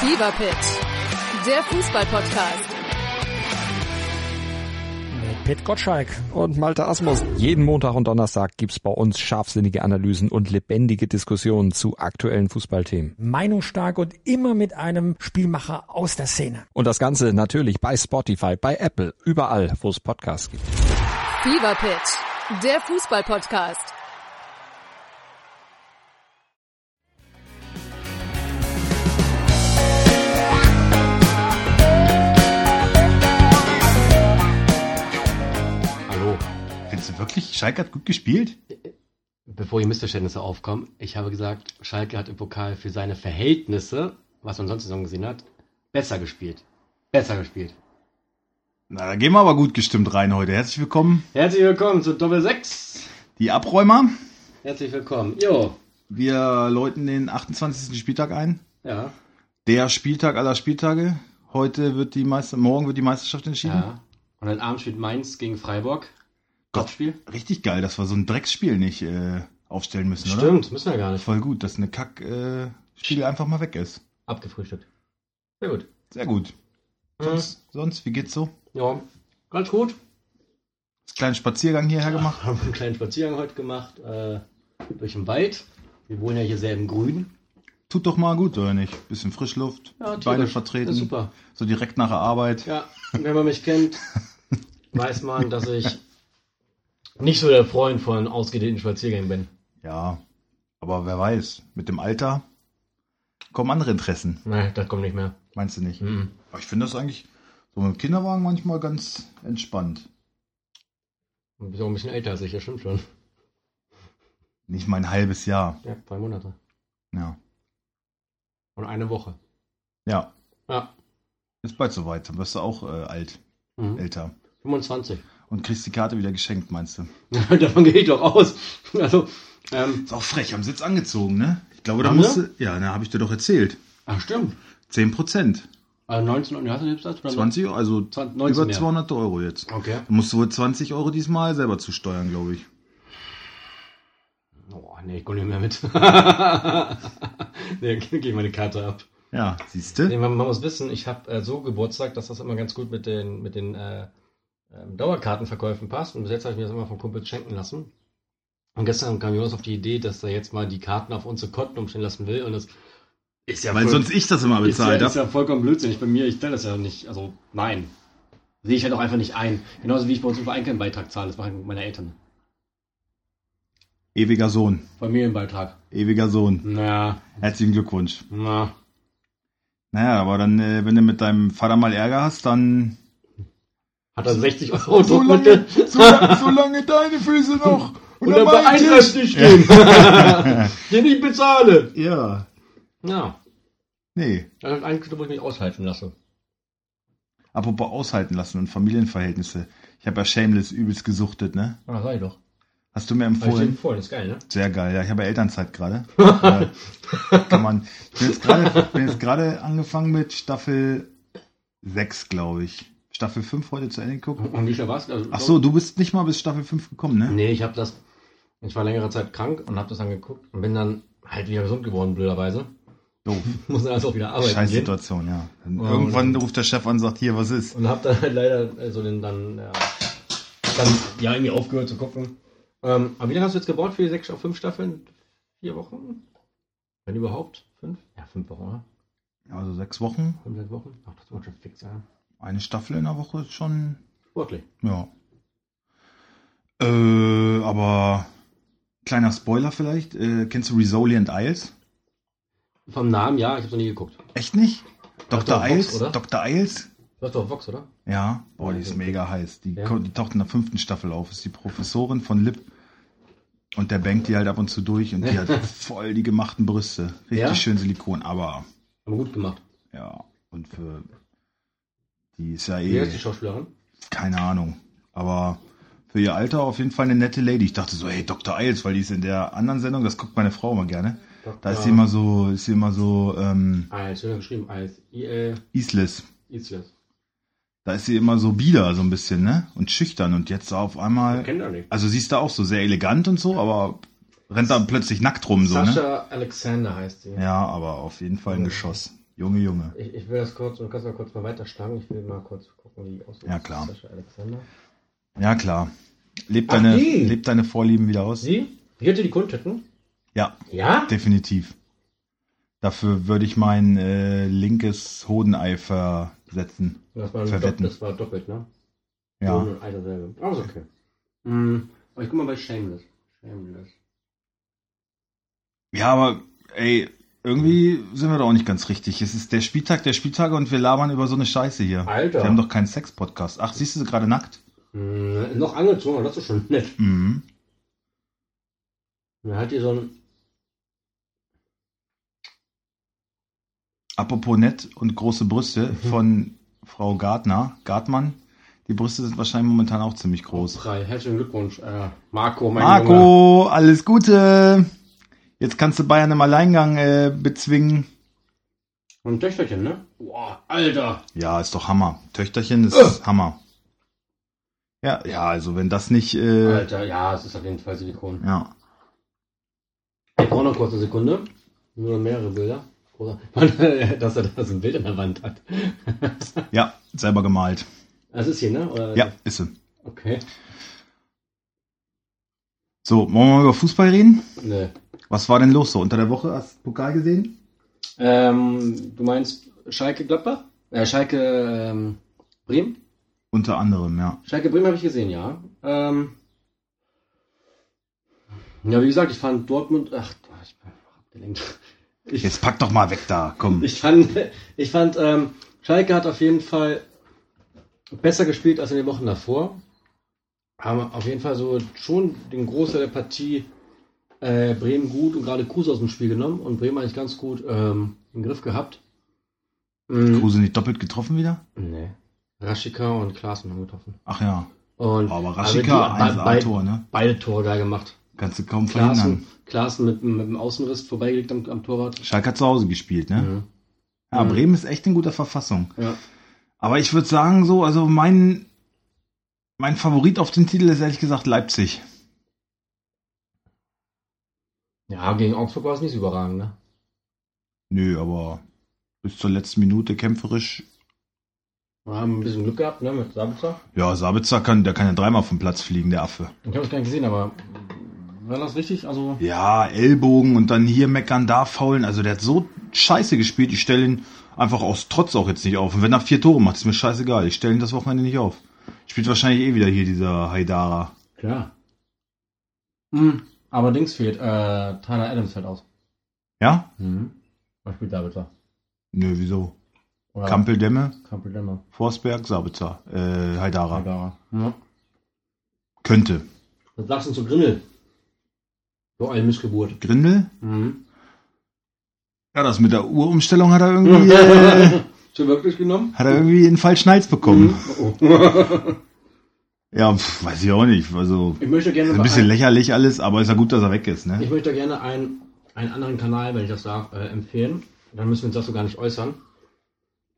Fever Pitch, der Fußballpodcast. Mit Pit Gottschalk. und Malte Asmus. Jeden Montag und Donnerstag gibt's bei uns scharfsinnige Analysen und lebendige Diskussionen zu aktuellen Fußballthemen. Meinungsstark und immer mit einem Spielmacher aus der Szene. Und das Ganze natürlich bei Spotify, bei Apple, überall, wo es Podcasts gibt. Fever Pitch, der Fußballpodcast. Hallo. Findest du wirklich, Schalke hat gut gespielt? Bevor hier Missverständnisse aufkommen, ich habe gesagt, Schalke hat im Pokal für seine Verhältnisse, was man sonst Saison gesehen hat, besser gespielt. Besser gespielt. Na, da gehen wir aber gut gestimmt rein heute. Herzlich willkommen, Herzlich willkommen zu Doppel 6. die Abräumer. Herzlich willkommen. Jo. Wir läuten den 28. Spieltag ein. Ja. Der Spieltag aller Spieltage. Heute wird die Meister morgen wird die Meisterschaft entschieden. ja. Mhm. Und dann abends spielt Mainz gegen Freiburg. Topspiel. Richtig geil, dass wir so ein Drecksspiel nicht äh, aufstellen müssen, oder? Stimmt, müssen wir gar nicht. Voll gut, dass eine Kack äh, Spiel einfach mal weg ist. Abgefrühstückt. Sehr gut. Sehr gut. Mhm. Sonst, sonst wie geht's so? Ja. Ganz gut. Kleinen Spaziergang hierher gemacht. Haben einen kleinen Spaziergang heute gemacht äh, durch den Wald. Wir wohnen ja hier sehr im Grün. Tut doch mal gut, oder nicht? Bisschen Frischluft, Ja, Beine tierisch. vertreten, Ist super. so direkt nach der Arbeit. Ja, wenn man mich kennt, weiß man, dass ich nicht so der Freund von ausgedehnten Spaziergängen bin. Ja, aber wer weiß, mit dem Alter kommen andere Interessen, Nein, das kommt nicht mehr. meinst du nicht? Mhm. Aber ich finde das eigentlich so mit dem Kinderwagen manchmal ganz entspannt. Du bist auch ein bisschen älter als ich, das stimmt schon. Nicht mal ein halbes Jahr. Ja, zwei Monate. Ja. Und eine Woche. Ja, Ja, ist bald soweit. Dann wirst du auch äh, alt, Mhm. älter. 25. Und kriegst die Karte wieder geschenkt, meinst du? Davon gehe ich doch aus. Also, ähm, Ist auch frech, am Sitz angezogen, ne? Ich glaube, da Haben wir? musst du. Ja, na, habe ich dir doch erzählt. ach stimmt. 10 Prozent. Also 19 und du hast du selbst das? 20, also 20, 19 über mehr. 200 Euro jetzt. Okay. Da musst du wohl 20 Euro diesmal selber zusteuern, glaube ich. Oh, nee, ich komme nicht mehr mit. nee, geh ich meine Karte ab. Ja, siehst du? Nee, man, man muss wissen, ich habe äh, so Geburtstag, dass das immer ganz gut mit den, mit den äh, ähm, Dauerkartenverkäufen passt. Und bis jetzt habe ich mir das immer von Kumpels schenken lassen. Und gestern kam Jonas auf die Idee, dass er jetzt mal die Karten auf unsere Kotten umstellen lassen will. Und das ist ja, Weil voll, sonst ich das ist immer ja, bezahlt ist ja habe. vollkommen blödsinnig. Bei mir, ich stelle das ja nicht. Also, nein. Sehe ich halt auch einfach nicht ein. Genauso wie ich bei uns im Verein keinen Beitrag zahle. Das machen meine Eltern. Ewiger Sohn. Familienbeitrag. Ewiger Sohn. Na, Herzlichen Glückwunsch. na. Naja, aber dann, äh, wenn du mit deinem Vater mal Ärger hast, dann. Hat er 60 Euro Druckmittel? so, la- so lange deine Füße noch. Und dann bei meinte- Eintracht nicht stehen. Den ich bezahle. Ja. Ja. also Nee. Das ist ein Stück, wo ich mich aushalten lasse. Apropos aushalten lassen und Familienverhältnisse. Ich habe ja Shameless übelst gesuchtet, ne? Ah, sei doch. Hast du mir Hab ich dir empfohlen? empfohlen, ist geil, ne? Sehr geil, ja, ich habe ja Elternzeit gerade. ja, kann man. Ich bin jetzt gerade, bin jetzt gerade angefangen mit Staffel 6, glaube ich. Staffel 5 heute zu Ende geguckt. Und wie viel war's? Also, Ach so, du bist nicht mal bis Staffel 5 gekommen, ne? Nee, ich habe das. Ich war längere Zeit krank und habe das dann geguckt und bin dann halt wieder gesund geworden, blöderweise. Doof. Muss dann also auch wieder arbeiten Scheiß gehen. Situation, ja. also- Dann Ja, Irgendwann oder- ruft der Chef an und sagt, hier, was ist? Und habe dann halt leider äh, so den dann, ja, dann ja irgendwie aufgehört zu gucken. Ähm, aber wie lange hast du jetzt gebraucht für die sechs auf fünf Staffeln? Vier Wochen? Wenn überhaupt? Fünf? Ja, fünf Wochen, oder? Also sechs Wochen, Fünf, sechs Wochen? Ach, das war schon fix, ja. eine Staffel in der Woche ist schon, Sportlich. ja. Äh, aber kleiner Spoiler vielleicht. Äh, kennst du Rizzoli and Isles? Vom Namen, ja, ich habe noch nie geguckt. Echt nicht? Dr. Dr. Vox, Isles? oder? Dr. Isles? Du hast doch Vox, oder? Ja. Boah, die ist mega heiß. Die, Ja. kommt- die taucht in der fünften Staffel auf. Ist die Professorin von Lip. Und der bangt die halt ab und zu durch und die hat voll die gemachten Brüste. Richtig Ja? schön Silikon, aber Aber gut gemacht. Ja, und für die ist ja Wie heißt eh, die Schauspielerin? keine Ahnung. Aber für ihr Alter auf jeden Fall eine nette Lady. Ich dachte so, hey, Dr. Eils, weil die ist in der anderen Sendung, das guckt meine Frau immer gerne. Da ist sie immer so, ist sie immer so, ähm, Als, schön geschrieben, als äh, IL Isles. Isles. Da ist sie immer so bieder, so ein bisschen, ne? Und schüchtern. Und jetzt auf einmal, Kennt er nicht. also sie ist da auch so sehr elegant und so, aber rennt dann plötzlich nackt rum, so, ne? Sascha Alexander heißt sie. Ja, aber auf jeden Fall ein Geschoss. Junge, Junge. Ich, ich will das kurz, du kannst mal kurz mal weiterschlagen. Ich will mal kurz gucken, wie aussieht. Ja, klar. Sascha Alexander. Ja, klar. Leb Ach, deine, die. leb deine Vorlieben wieder aus. Sie? Wird ihr die Kundtitten? Ja, Ja? definitiv. Dafür würde ich mein äh, linkes Hodenei versetzen. Das war, doppelt, Verwetten. das war doppelt, ne? Ja. Ohne Eine selbe. Aber ist okay. Mm, aber ich guck mal bei Shameless. Shameless. Ja, aber ey, irgendwie sind wir doch auch nicht ganz richtig. Es ist der Spieltag der Spieltage und wir labern über so eine Scheiße hier. Alter. Wir haben doch keinen Sex-Podcast. Ach, siehst du sie gerade nackt? Mm, noch angezogen, aber das ist schon nett. Mhm. Dann hat die so ein. Apropos nett und große Brüste von Frau Gartner, Gartmann. Die Brüste sind wahrscheinlich momentan auch ziemlich groß. Frei. Herzlichen Glückwunsch, äh, Marco, mein Junge. Marco, alles Gute. Jetzt kannst du Bayern im Alleingang äh, bezwingen. Und ein Töchterchen, ne? Boah, Alter. Ja, ist doch Hammer. Töchterchen ist Ugh. Hammer. Ja, ja, also wenn das nicht, äh, Alter, ja, es ist auf jeden Fall Silikon. ja. Ich brauche noch kurz eine Sekunde. Nur mehrere Bilder. Oder- Dass er da so ein Bild an der Wand hat. Ja, selber gemalt. Das ist hier, ne? Oder- Ja, ist sie. Okay. So, wollen wir mal über Fußball reden? Nö. Was war denn los so unter der Woche? Hast du Pokal gesehen? Ähm, du meinst Schalke Gladbach? Äh, Schalke ähm, Bremen? Unter anderem, ja. Schalke Bremen habe ich gesehen, ja. Ähm, ja, wie gesagt, ich fand Dortmund. Ach, ich bin abgelenkt. Ich, Jetzt pack doch mal weg da, komm. ich fand, ich fand ähm, Schalke hat auf jeden Fall besser gespielt als in den Wochen davor. Haben auf jeden Fall so schon den Großteil der Partie äh, Bremen gut und gerade Kruse aus dem Spiel genommen und Bremen eigentlich ganz gut ähm, im Griff gehabt. Mhm. Kruse nicht doppelt getroffen wieder? Nee. Raschika und Klaassen haben getroffen. Ach ja. Und Aber aber Raschika, die- be- be- 1A-Tor, ne? Beide Tore da gemacht. Kannst du kaum verhindern. Klaassen, Klaassen mit, mit dem Außenriss vorbeigelegt am, am Torwart. Schalke hat zu Hause gespielt, ne? Mhm. Ja, Mhm. Bremen ist echt in guter Verfassung. Ja. Aber ich würde sagen, so, also mein, mein Favorit auf den Titel ist ehrlich gesagt Leipzig. ja, gegen Augsburg war es nicht so überragend, ne? Nö, aber bis zur letzten Minute kämpferisch. Wir haben ein bisschen Glück gehabt, ne, mit Sabitzer. Ja, Sabitzer kann, der kann ja dreimal vom Platz fliegen, der Affe. Ich habe es gar nicht gesehen, aber war das richtig? Also, Ja, Ellbogen und dann hier meckern, da faulen. Also der hat so scheiße gespielt. Ich stelle ihn einfach aus Trotz auch jetzt nicht auf. Und wenn er vier Tore macht, ist mir scheißegal. Ich stelle ihn das Wochenende nicht auf. Spielt wahrscheinlich eh wieder hier dieser Haidara. klar. Mhm. Aber Dings fehlt, äh, Tyler Adams fällt aus. Ja? Mhm. Was spielt Sabitzer? Nö, wieso? Oder Kampeldemme, Kampel Dämmer. Forsberg, Sabitzer, äh, Haidara. Ja. Ja. Könnte. Was sagst du zu Grindel? So eine Missgeburt. Grindel? Mhm. Ja, das mit der Uhrumstellung hat er irgendwie, äh, Schon wirklich genommen? hat er irgendwie einen falschen Hals bekommen. Oh, oh. Ja, pf, weiß ich auch nicht. Also, Ich möchte gerne ist ein mal bisschen ein- lächerlich alles, aber ist ja gut, dass er weg ist, ne? Ich möchte gerne einen, einen anderen Kanal, wenn ich das darf, äh, empfehlen. Dann müssen wir uns das so gar nicht äußern.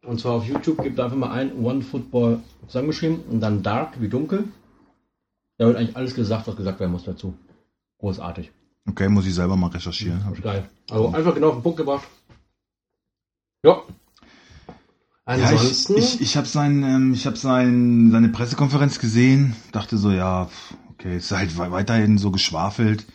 Und zwar auf YouTube gibt einfach mal ein One Football zusammengeschrieben und dann Dark wie dunkel. Da wird eigentlich alles gesagt, was gesagt werden muss dazu. Großartig. Okay, muss ich selber mal recherchieren. Das ist geil. Also einfach genau auf den Punkt gebracht. Ja. Ja, ich Ansonsten. ich, ich habe sein, ähm, ich hab sein, seine Pressekonferenz gesehen, dachte so, ja, pf, okay, ist halt we- weiterhin so geschwafelt.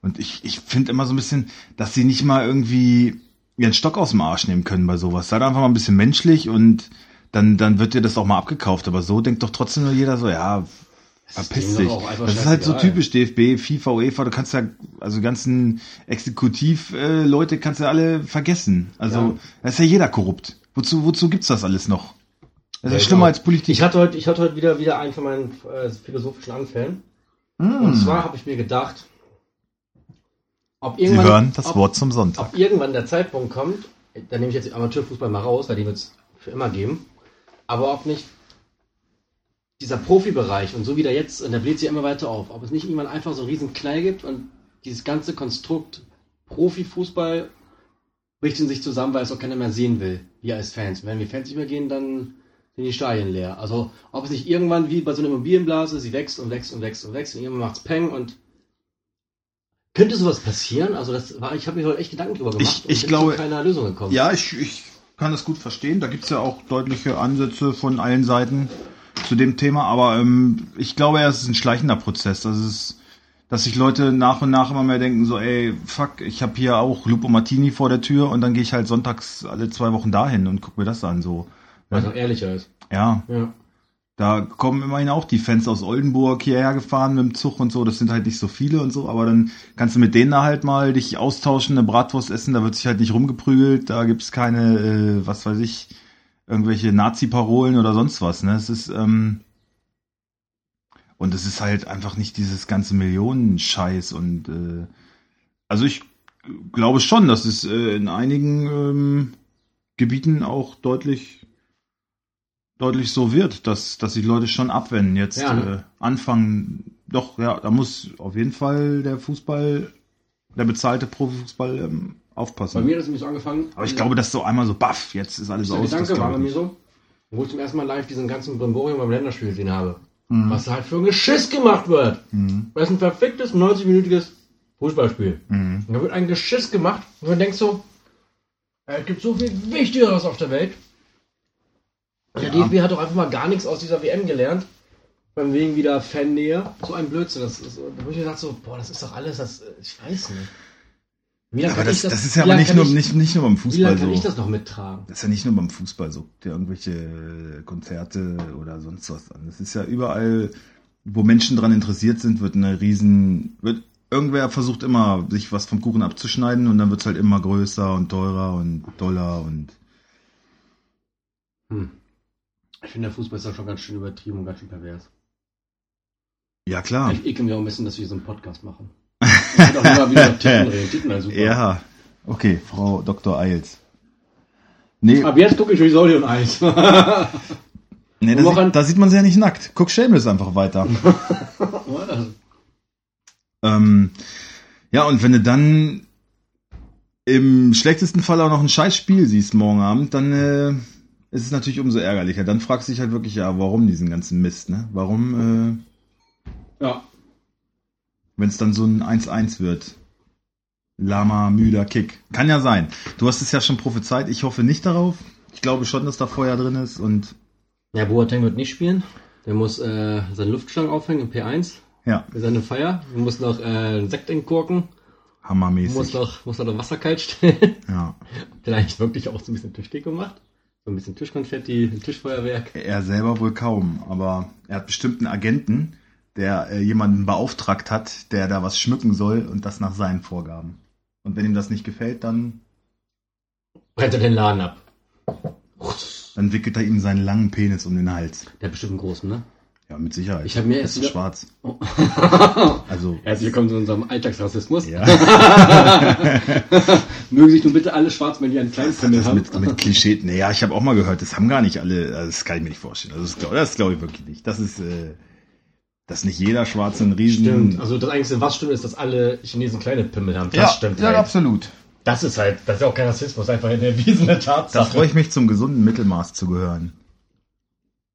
Und ich, ich finde immer so ein bisschen, dass sie nicht mal irgendwie ihren Stock aus dem Arsch nehmen können bei sowas. Seid einfach mal ein bisschen menschlich und dann, dann wird dir das auch mal abgekauft. Aber so denkt doch trotzdem nur jeder so, ja, ist verpiss denen dich. doch auch einfach Das ist halt so scheißegal. typisch DFB, FIFA, UEFA, du kannst ja, also ganzen Exekutiv-Leute kannst du alle vergessen. Also, Ja. da ist ja jeder korrupt. Wozu, wozu gibt's das alles noch? Das Ja, ist schlimmer genau. als Politik. Ich hatte heute, ich hatte heute wieder, wieder einen von meinen äh, philosophischen Anfällen. Mm. Und zwar habe ich mir gedacht, ob Sie irgendwann, hören das ob, Wort zum Sonntag. ob irgendwann der Zeitpunkt kommt, da nehme ich jetzt den Amateurfußball mal raus, weil die wird es für immer geben, aber ob nicht dieser Profibereich und so wie der jetzt, und der bläht sich ja immer weiter auf, ob es nicht irgendwann einfach so einen riesen Knall gibt und dieses ganze Konstrukt Profifußball bricht in sich zusammen, weil es auch keiner mehr sehen will, wir als Fans. Wenn wir Fans nicht mehr gehen, dann sind die Stadien leer. Also ob es nicht irgendwann wie bei so einer Immobilienblase, sie wächst und wächst und wächst und wächst und irgendwann macht's Peng und könnte sowas passieren? Also das war, ich habe mir heute echt Gedanken drüber gemacht Ich- ich bin glaube- zu keiner Lösung gekommen. Ja, ich, ich kann das gut verstehen. Da gibt's ja auch deutliche Ansätze von allen Seiten zu dem Thema, aber ähm, ich glaube ja, es ist ein schleichender Prozess. Das ist, dass sich Leute nach und nach immer mehr denken, so, ey, fuck, ich habe hier auch Lupo Martini vor der Tür und dann gehe ich halt sonntags alle zwei Wochen dahin und guck mir das an. So. Weil es auch ehrlicher ist. Ja. Ja. Da kommen immerhin auch die Fans aus Oldenburg hierher gefahren mit dem Zug und so. Das sind halt nicht so viele und so, aber dann kannst du mit denen da halt mal dich austauschen, eine Bratwurst essen, da wird sich halt nicht rumgeprügelt, da gibt's keine, äh, was weiß ich, irgendwelche Nazi-Parolen oder sonst was. Ne? Es ist, ähm, und es ist halt einfach nicht dieses ganze Millionen-Scheiß und äh, also ich glaube schon, dass es äh, in einigen ähm, Gebieten auch deutlich deutlich so wird, dass, dass sich Leute schon abwenden jetzt Ja, ne? äh, anfangen. Doch, ja, da muss auf jeden Fall der Fußball, der bezahlte Profifußball ähm, Bei aufpassen. mir hat es nämlich so angefangen. Aber ich glaube, dass so einmal so, baff, jetzt ist alles dieser aus. Das Gedanke war glaube bei ich mir nicht. so, wo ich zum ersten Mal live diesen ganzen Brimborium beim Länderspiel gesehen habe. Mhm. Was da halt für ein Geschiss gemacht wird. Mhm. Das ist ein verficktes 90-minütiges Fußballspiel. Mhm. Und da wird ein Geschiss gemacht und man denkt so, äh, es gibt so viel Wichtigeres auf der Welt. Der DFB hat doch einfach mal gar nichts aus dieser WM gelernt. Von wegen wieder Fannähe. So ein Blödsinn. Das ist, da habe ich mir gedacht so, boah, das ist doch alles, das, äh, ich weiß nicht. Wie lange Aber kann das, ich das, ist ja wie aber lange nicht kann nur, ich- nicht, nicht nur beim Wie lange Fußball kann so. ich das noch mittragen? Das ist ja nicht nur beim Fußball so, der irgendwelche äh, Konzerte oder sonst was an. Das ist ja überall, wo Menschen dran interessiert sind, wird eine riesen, wird irgendwer versucht immer, sich was vom Kuchen abzuschneiden und dann wird's halt immer größer und teurer und doller und Hm. Ich finde, der Fußball ist da schon ganz schön übertrieben und ganz schön pervers. ja klar. Ich ekel mich auch ein bisschen, dass wir so einen Podcast machen. Ich würde auch immer wieder über Titten reden. Titten also super. Ja, okay, Frau Dr. Eils. Nee, Ab jetzt gucke ich Risoli und Eis. nee da, noch ein- sieht, da sieht man sie ja nicht nackt. Guck Shameless einfach weiter. Ähm, ja, und wenn du dann im schlechtesten Fall auch noch ein scheiß Spiel siehst morgen Abend, dann äh, ist es natürlich umso ärgerlicher. Dann fragst du dich halt wirklich, ja, warum diesen ganzen Mist, ne? Warum, äh, ja. wenn es dann so ein 1-1 wird? Lama, müder Kick. Kann ja sein. Du hast es ja schon prophezeit. Ich hoffe nicht darauf. Ich glaube schon, dass da Feuer drin ist und Ja, Boateng wird nicht spielen. Der muss äh, seine Luftschlangen aufhängen im P1 ja, für seine Feier. Er muss noch äh, einen Sekt entkorken. Muss hammermäßig. noch, muss noch Wasser kalt stellen. Ja. Vielleicht wirklich auch so ein bisschen Tischdeko gemacht. So ein bisschen Tischkonfetti, ein Tischfeuerwerk. Er selber wohl kaum, aber er hat bestimmt einen Agenten, der äh, jemanden beauftragt hat, der da was schmücken soll und das nach seinen Vorgaben. Und wenn ihm das nicht gefällt, dann, Brennt er den Laden ab. dann wickelt er ihm seinen langen Penis um den Hals. Der hat bestimmt einen großen, ne? Ja, mit Sicherheit. Ich hab mir erst das ist wieder- schwarz. Oh. Also, Herzlich willkommen zu unserem Alltagsrassismus. ja, Mögen sich nun bitte alle Schwarzmänner einen kleinen das hat Pimmel das haben. mit, mit Klischee. Naja, ich habe auch mal gehört, das haben gar nicht alle, also das kann ich mir nicht vorstellen. Also, das glaube das glaub ich wirklich nicht. Das ist, äh, dass nicht jeder Schwarze einen riesen... Stimmt. Also das Einzige, was stimmt, ist, dass alle Chinesen kleine Pimmel haben. Das ja, stimmt ja, halt. absolut. Das ist halt, das ist auch kein Rassismus, einfach eine erwiesene Da Tatsache. freue ich mich, zum gesunden Mittelmaß zu gehören.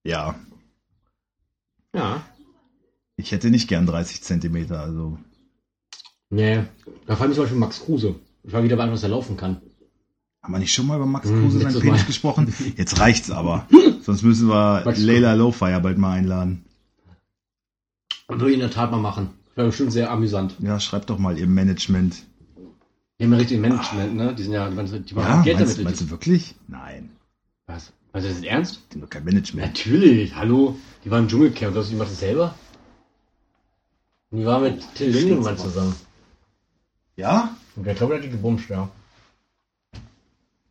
Ja, Ja. ich hätte nicht gern 30 Zentimeter, also. Nee. Da fand ich zum Beispiel Max Kruse. Ich war wieder bei einem, was er laufen kann. Haben wir nicht schon mal über Max Hm, Kruse seinen letztes Penis Mal. gesprochen? Jetzt reicht's aber. Sonst müssen wir Max Kruse. Leila Lowfire bald mal einladen. Und würde ich in der Tat mal machen. Wäre bestimmt sehr amüsant. Ja, schreibt doch mal ihr Management. Die haben ja richtig Management, ne? Die sind ja, die machen die machen Ja, Geld meinst, damit. meinst du wirklich? Nein, was? Meinst du das ernst? die haben doch kein Management. Natürlich, hallo. Die waren im Dschungelcamp. Glaubst du, die machen das selber? Und die war mit Till Lindemann zusammen. Ja? Und der glaube, der hat die gebumst, ja.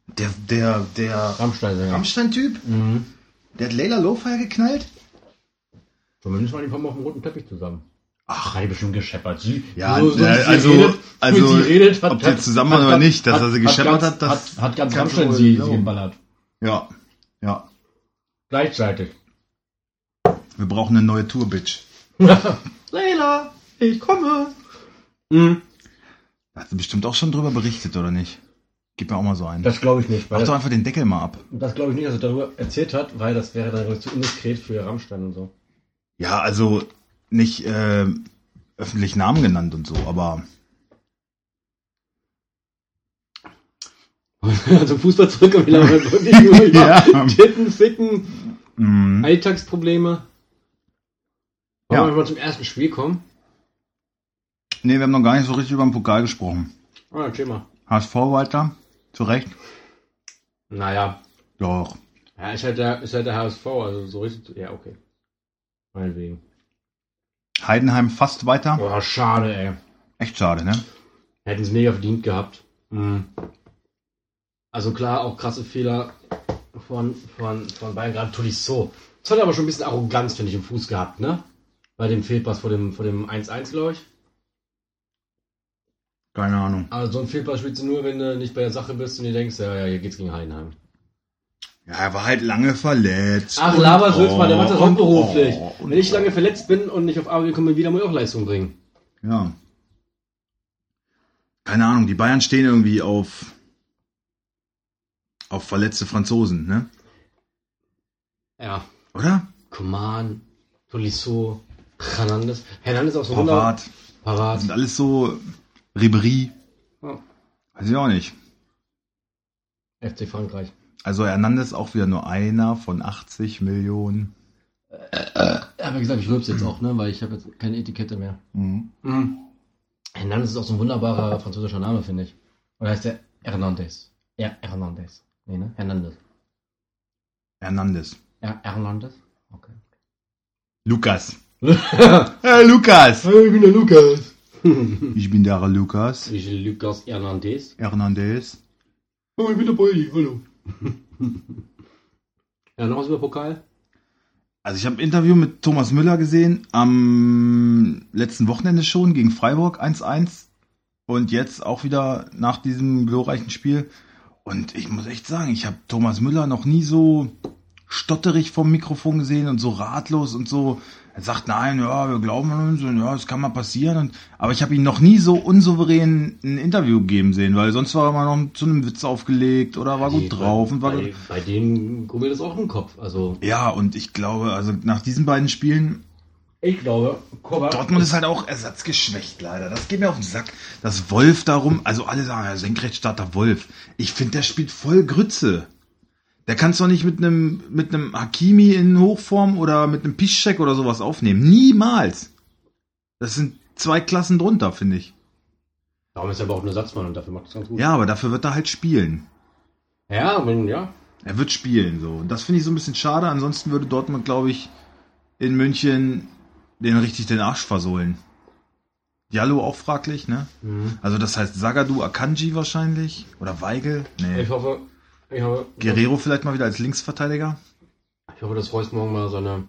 Der, der, der Rammstein-Sänger. Rammstein-Typ, Mhm. der hat Leila Lowfire geknallt? Zumindest waren die vom auf dem roten Teppich zusammen. Ach, hat die bestimmt gescheppert. Sie, Ja, wie äh, sie also- also, ob die zusammen waren oder hat- nicht, dass er sie gescheppert ganz- hat, das Hat, hat ganz kannst du Rammstein wohl sie, sie glauben. geballert. Ja, ja. Gleichzeitig. Wir brauchen eine neue Tour, Bitch. Leila, ich komme. Hm, Da hast du bestimmt auch schon drüber berichtet, oder nicht? Gib mir auch mal so einen. das glaube ich nicht, Mach weil doch das, einfach den Deckel mal ab. das glaube ich nicht, dass er darüber erzählt hat, weil das wäre dann wirklich zu indiskret für Rammstein und so. Ja, also nicht äh, öffentlich Namen genannt und so, aber Also Fußball zurück und wir labern wirklich nur über Ja. Titten, Ficken, Mhm. Alltagsprobleme. Wollen Ja. wir mal zum ersten Spiel kommen? Nee, wir haben noch gar nicht so richtig über den Pokal gesprochen. Ah, erzähl mal. HSV weiter, zu Recht. Naja, Doch. ja, ist, halt der, ist halt der HSV, also so richtig. Ja, okay. Meinetwegen. Heidenheim fast weiter. Boah, schade, ey. Echt schade, ne? Hätten es mega verdient gehabt. Mhm. Also klar, auch krasse Fehler von, von, von Bayern, gerade Tolisso. Das hat aber schon ein bisschen Arroganz, finde ich, im Fuß gehabt, ne? Bei dem Fehlpass vor dem, vor dem 1-1, glaube ich. Keine Ahnung. Also so ein Fehlpass spielst du nur, wenn du nicht bei der Sache bist und dir denkst, ja, ja, hier geht's gegen Heidenheim. Ja, er war halt lange verletzt. Ach, Und- Lava Sülz mal, der macht das und- hauptberuflich. oh, und- Wenn ich lange verletzt bin und nicht auf Arbeit komme, wieder muss ich auch Leistung bringen. Ja. Keine Ahnung, die Bayern stehen irgendwie auf, auf verletzte Franzosen, ne? Ja, Oder? Coman, Tolisso, Hernandez. Hernandez aus dem Wunder. Parat. Das Parat. sind alles so Ribery. Ja. Weiß ich auch nicht. FC Frankreich. Also Hernandez auch wieder nur einer von 80 Millionen. Aber wie gesagt, ich rülp's jetzt auch, ne? weil ich habe jetzt keine Etikette mehr. Mhm. Hernandez ist auch so ein wunderbarer französischer Name, finde ich. Oder heißt der Hernandez? Ja, Hernandez. Nee, ne? Hernandez. Hernandez. Ja, Hernandez? Okay. Lukas. Hey, Lukas! ich bin der Lukas. Ich bin der Lukas. Ich bin Lukas Hernandez. Hernandez. Oh, ich bin der Brady, hallo. ja, noch was über Pokal? Also ich habe ein Interview mit Thomas Müller gesehen am letzten Wochenende schon gegen Freiburg 1-1 und jetzt auch wieder nach diesem glorreichen Spiel. Und ich muss echt sagen, ich habe Thomas Müller noch nie so stotterig vom Mikrofon gesehen und so ratlos und so. Er sagt, nein, ja, wir glauben an uns und ja, es kann mal passieren. Und, aber ich habe ihn noch nie so unsouverän ein Interview geben sehen, weil sonst war er immer noch zu einem Witz aufgelegt oder war Die- gut drauf und war gut. bei, bei denen gummelt das auch im Kopf. Also, Ja, und ich glaube, also nach diesen beiden Spielen ich glaube, Kovac Dortmund ist halt auch ersatzgeschwächt, leider. Das geht mir auf den Sack. Das Wolf darum, also alle sagen, ja, Senkrechtstarter Wolf. Ich finde, der spielt voll Grütze. Der kann's doch nicht mit einem mit einem Hakimi in Hochform oder mit einem Piszczek oder sowas aufnehmen. Niemals. Das sind zwei Klassen drunter, finde ich. Darum ist er überhaupt ein Ersatzmann und dafür macht es ganz gut. Ja, aber dafür wird er halt spielen. ja, wenn, ja. Er wird spielen, so. Und das finde ich so ein bisschen schade. Ansonsten würde Dortmund, glaube ich, in München den richtig den Arsch versohlen. Diallo auch fraglich, ne? Also das heißt Sagadu Akanji wahrscheinlich. Oder Weigel. Nee. Ich hoffe, ich hoffe, Guerrero vielleicht mal wieder als Linksverteidiger. Ich hoffe, dass Reus morgen mal seine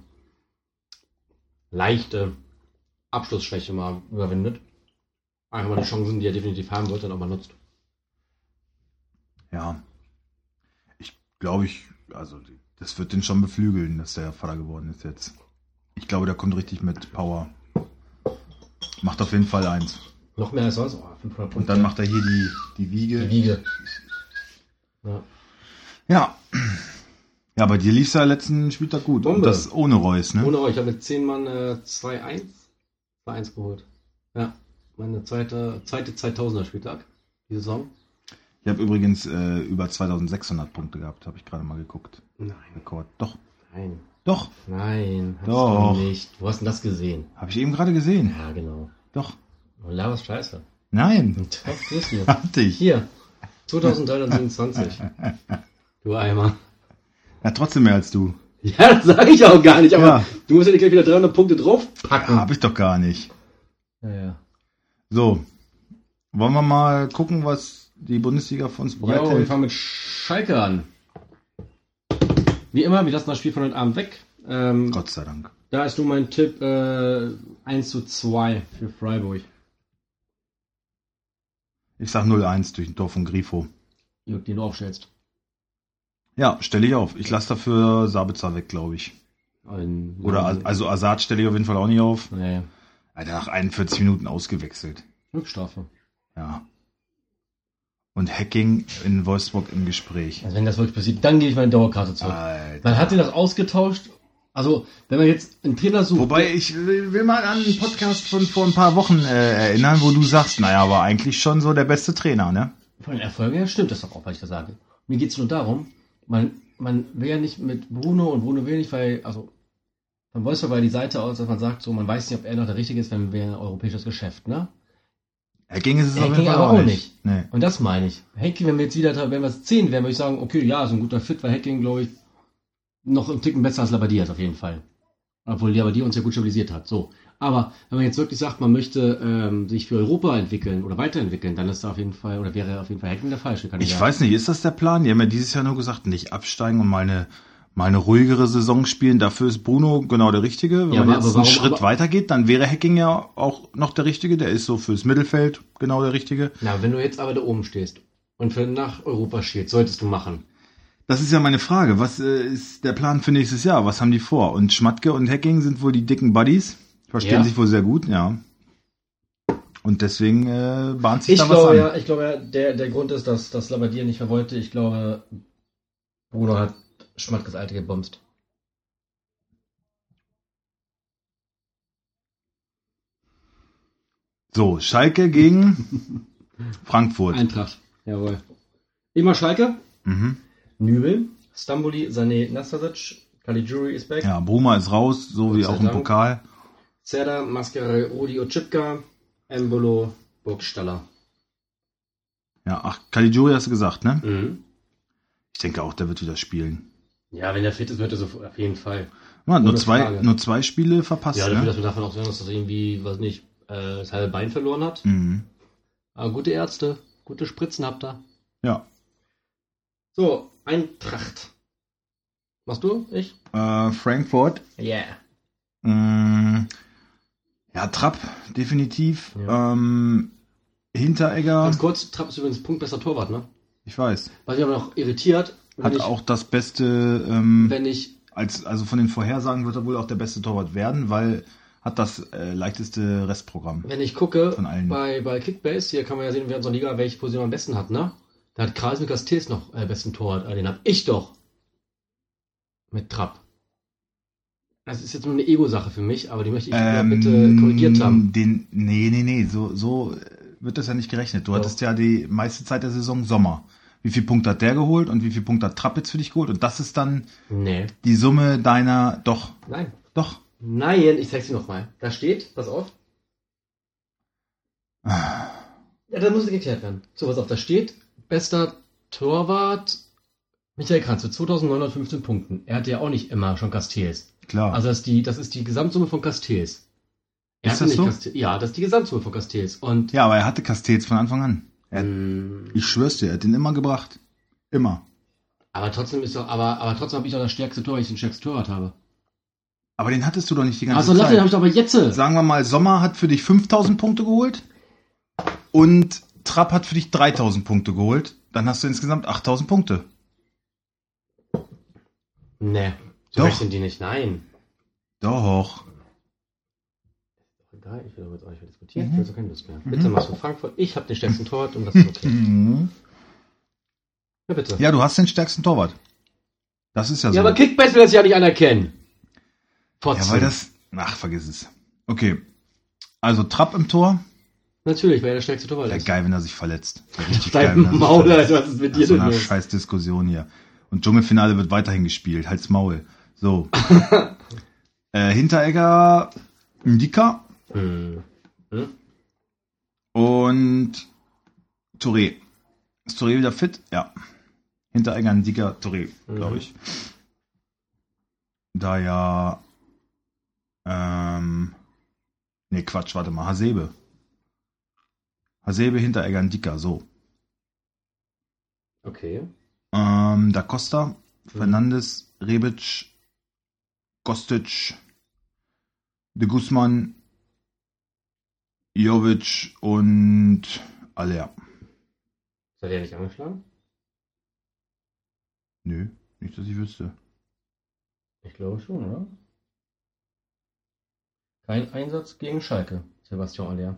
leichte Abschlussschwäche mal überwindet. Einfach mal die Chancen, die er definitiv haben wird, dann auch mal nutzt. Ja. Ich glaube, ich, also das wird den schon beflügeln, dass der Vater geworden ist jetzt. Ich glaube, der kommt richtig mit Power. Macht auf jeden Fall eins. Noch mehr als sonst. Oh, 500 Und Punkte. dann macht er hier die, die Wiege. die Wiege. Ja. Ja. Ja, bei dir lief es ja letzten Spieltag gut. Und Bombe. das ohne Reus, ne? Ohne euch, ich habe mit 10 Mann äh, 2-1 2-1 geholt. Ja, meine zweite, zweite 2000er Spieltag. Die Saison. Ich habe übrigens äh, über 2600 Punkte gehabt, habe ich gerade mal geguckt. Nein, Rekord. Doch, nein, doch, nein. hast Doch. du nicht. Wo hast denn das gesehen? habe ich eben gerade gesehen. Ja, genau. Doch. Und laberst scheiße. Nein, Top, grüß mir. hatte ich. Hier, 2327. Du Eimer. Ja, trotzdem mehr als du. Ja, das sage ich auch gar nicht, aber Ja. du musst ja nicht gleich wieder 300 Punkte Ja, draufpacken. habe ich doch gar nicht. Ja, ja. So, wollen wir mal gucken, was die Bundesliga für uns Jo, wir bereithält? fangen mit Schalke an. Wie immer, wir lassen das Spiel von heute Abend weg. Ähm, Gott sei Dank. da ist nun mein Tipp äh, 1 zu 2 für Freiburg. Ich sag 0-1 durch ein Tor von Grifo. Jörg, den du aufstellst. Ja, stelle ich auf. Ich lasse dafür Sabitzer weg, glaube ich. Ein- Oder also Assad stelle ich auf jeden Fall auch nicht auf. Nee, Alter, nach 41 Minuten ausgewechselt. Rückstrafe. Ja. Und Hacking in Wolfsburg im Gespräch. Also wenn das wirklich passiert, dann gebe ich meine Dauerkarte zurück. Alter. Man hat sie das ausgetauscht. Also, wenn man jetzt einen Trainer sucht, Wobei, ich will, will mal an einen Podcast von vor ein paar Wochen äh, erinnern, wo du sagst, naja, war eigentlich schon so der beste Trainer, ne? Von den Erfolgen her stimmt das doch auch, was ich da sage. Mir geht es nur darum, man, man will ja nicht mit Bruno und Bruno will nicht, weil, also von Wolfsburg war die Seite aus, dass man sagt, so man weiß nicht, ob er noch der Richtige ist, wenn wir ein europäisches Geschäft, ne? Er ging es Er auf jeden ging Fall aber auch auch nicht. Nee. Und das meine ich. Hacking, wenn wir jetzt wieder, wenn wir es 10 wären, würde ich sagen, okay, ja, so ein guter Fit, weil Hacking, glaube ich, noch einen Ticken besser als Labadier ist, auf jeden Fall. Obwohl Labadier uns ja gut stabilisiert hat. So. Aber wenn man jetzt wirklich sagt, man möchte ähm, sich für Europa entwickeln oder weiterentwickeln, dann ist da auf jeden Fall, oder wäre auf jeden Fall Hacking der falsche Kandidat. Ich weiß nicht, ist das der Plan? Die haben ja dieses Jahr nur gesagt, nicht absteigen und mal eine, mal eine ruhigere Saison spielen. Dafür ist Bruno genau der Richtige. Wenn Ja, man aber- aber jetzt einen warum- Schritt aber- weiter geht, dann wäre Hacking ja auch noch der Richtige. Der ist so fürs Mittelfeld genau der Richtige. Na, wenn du jetzt aber da oben stehst und für nach Europa schielst, solltest du machen. Das ist ja meine Frage. Was äh, ist der Plan für nächstes Jahr? Was haben die vor? Und Schmatke und Hacking sind wohl die dicken Buddies. Verstehen Ja. sich wohl sehr gut, ja. Und deswegen äh, bahnt sich Ich da was glaube an. ja, ich glaube ja, der, der Grund ist, dass, dass Labadier nicht mehr wollte. Ich glaube, Bruno hat Schmattkes Alte gebomst. So, Schalke gegen Frankfurt. Eintracht. Jawohl. Immer Schalke. Mhm. Nübel. Stamboli, Sané, Nastasic. Caligiuri ist back. Ja, Bruma ist raus, so wie Gott sei auch im Dank. Pokal. Serda, Mascarell, Rudi, Ochipka. Embolo, Burgstaller. Ja, ach, Caligiuri hast du gesagt, ne? Mhm. Ich denke auch, der wird wieder spielen. Ja, wenn der fit ist, wird er so auf jeden Fall. Man hat nur Ohne zwei, Frage. nur zwei Spiele verpasst, ja, dafür, ne? dass wir davon auch sagen, dass das irgendwie, weiß nicht, äh, das halbe Bein verloren hat. Mhm. Aber gute Ärzte, gute Spritzen habt ihr. Ja. So, Eintracht. Machst du? Ich? Äh, Frankfurt. Yeah. Mh, ja, Trapp, definitiv. Ähm, Hinteregger, Ganz kurz, Trapp ist übrigens Punkt besser Torwart, ne? ich weiß. Was mich aber noch irritiert, Hat wenn ich, auch das beste, ähm, wenn ich als, also von den Vorhersagen wird er wohl auch der beste Torwart werden, weil hat das äh, leichteste Restprogramm. Wenn ich gucke, Von allen. bei, bei Kickbase, hier kann man ja sehen, wer in so einer Liga welche Position am besten hat, ne? Da hat Karls Lukas Tees noch äh, besten Torwart, äh, den hab ich doch. Mit Trapp. Das ist jetzt nur eine Ego-Sache für mich, aber die möchte ich ja bitte korrigiert haben. Ähm, Den, nee, nee, nee, so, so äh, wird das ja nicht gerechnet. Du Doch. hattest ja die meiste Zeit der Saison Sommer. Wie viel Punkte hat der geholt und wie viel Punkte hat Trapp jetzt für dich geholt? Und das ist dann Nee. die Summe deiner, doch, Nein. doch. Nein, ich zeig's dir nochmal. Da steht, pass auf. Ah. Ja, da muss es geklärt werden. So, pass auf, da steht, bester Torwart Michael Kranz mit 2915 Punkten. Er hatte ja auch nicht immer schon Castells. Klar. Also das ist die, das ist die Gesamtsumme von Castells. Er Ist hatte das so? Castells- ja, das ist die Gesamtsumme von Castells. Und ähm, ja, aber er hatte Castells von Anfang an. Er, mh, Ich schwör's dir, er hat den immer gebracht. Immer. aber trotzdem ist doch, aber, aber trotzdem habe ich doch das stärkste Tor, weil ich den stärksten Torwart habe. Aber den hattest du doch nicht die ganze Also Latte Zeit. habe ich doch aber jetzt. Sagen wir mal, Sommer hat für dich 5000 Punkte geholt und Trapp hat für dich 3000 Punkte geholt. Dann hast du insgesamt 8000 Punkte. Nee. So Doch. rechnen die nicht. Nein. Doch. Egal, ich will doch mit euch diskutieren. Mhm. Ich will so keine Lust mehr. Bitte machst du Frankfurt. Ich habe den stärksten Torwart und das ist okay. Mhm. Ja, bitte. Ja, Ja, du hast den stärksten Torwart. Das ist ja so. aber Kickbase will das ja nicht anerkennen. Trotzdem. ja, weil das. Ach, vergiss es. Okay. Also Trapp im Tor. Natürlich, weil er der stärkste Torwart Wäre ist. geil, wenn er sich verletzt. Wäre richtig ne? Dein wenn er sich Maul, verletzt. Alter, was ist mit Also Nach dir so denn einer los? scheiß Diskussion hier. Und Dschungelfinale wird weiterhin gespielt. Halt's Maul. So. äh, Hinteregger, Ndika Hm. und Touré. Ist Touré wieder fit? Ja. Hinteregger, Ndika, Touré, Mhm. glaube ich. Da ja. Ähm. Nee, Quatsch, warte mal. Hasebe. Hasebe, Hinteregger, Ndika, so. Okay. Ähm, da Costa, Mhm. Fernandes, Rebic, Kostic, De Guzman, Jovic und Aller. Seid ihr nicht angeschlagen? Nö, nicht, dass ich wüsste. Ich glaube schon, oder? Kein Einsatz gegen Schalke, Sebastian Aller.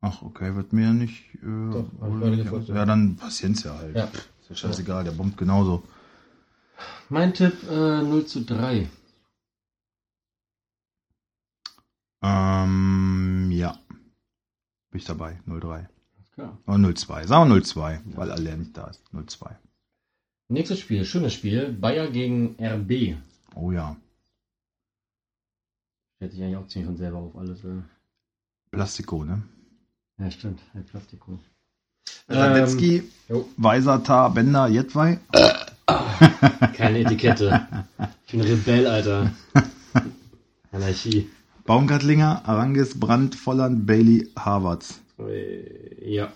Ach, okay, wird mir nicht. Äh, Doch, hab ich wurde gerade nicht gefragt, aus- ja, dann Paciencia halt. Ja. Pff, Ist ja scheißegal, der bombt genauso. Mein Tipp äh, 0 zu 3. Ähm, ja. Bin ich dabei, 0-3. Das Klar. Oh, 02. Sagen wir 02, weil alle nicht da ist. 02. Nächstes Spiel, schönes Spiel. Bayer gegen RB. Oh ja. Stellt sich eigentlich auch ziemlich von selber auf alles. Oder? Plastiko, ne? Ja, stimmt. Ein Plastiko. Radetzky, Ähm, jo. Weiser, Tar, Bender, Jedwai. Keine Etikette. Ich bin Rebell, Alter. Anarchie. Baumgartlinger, Arangis, Brandt, Volland, Bailey, Harvards. Äh, Ja.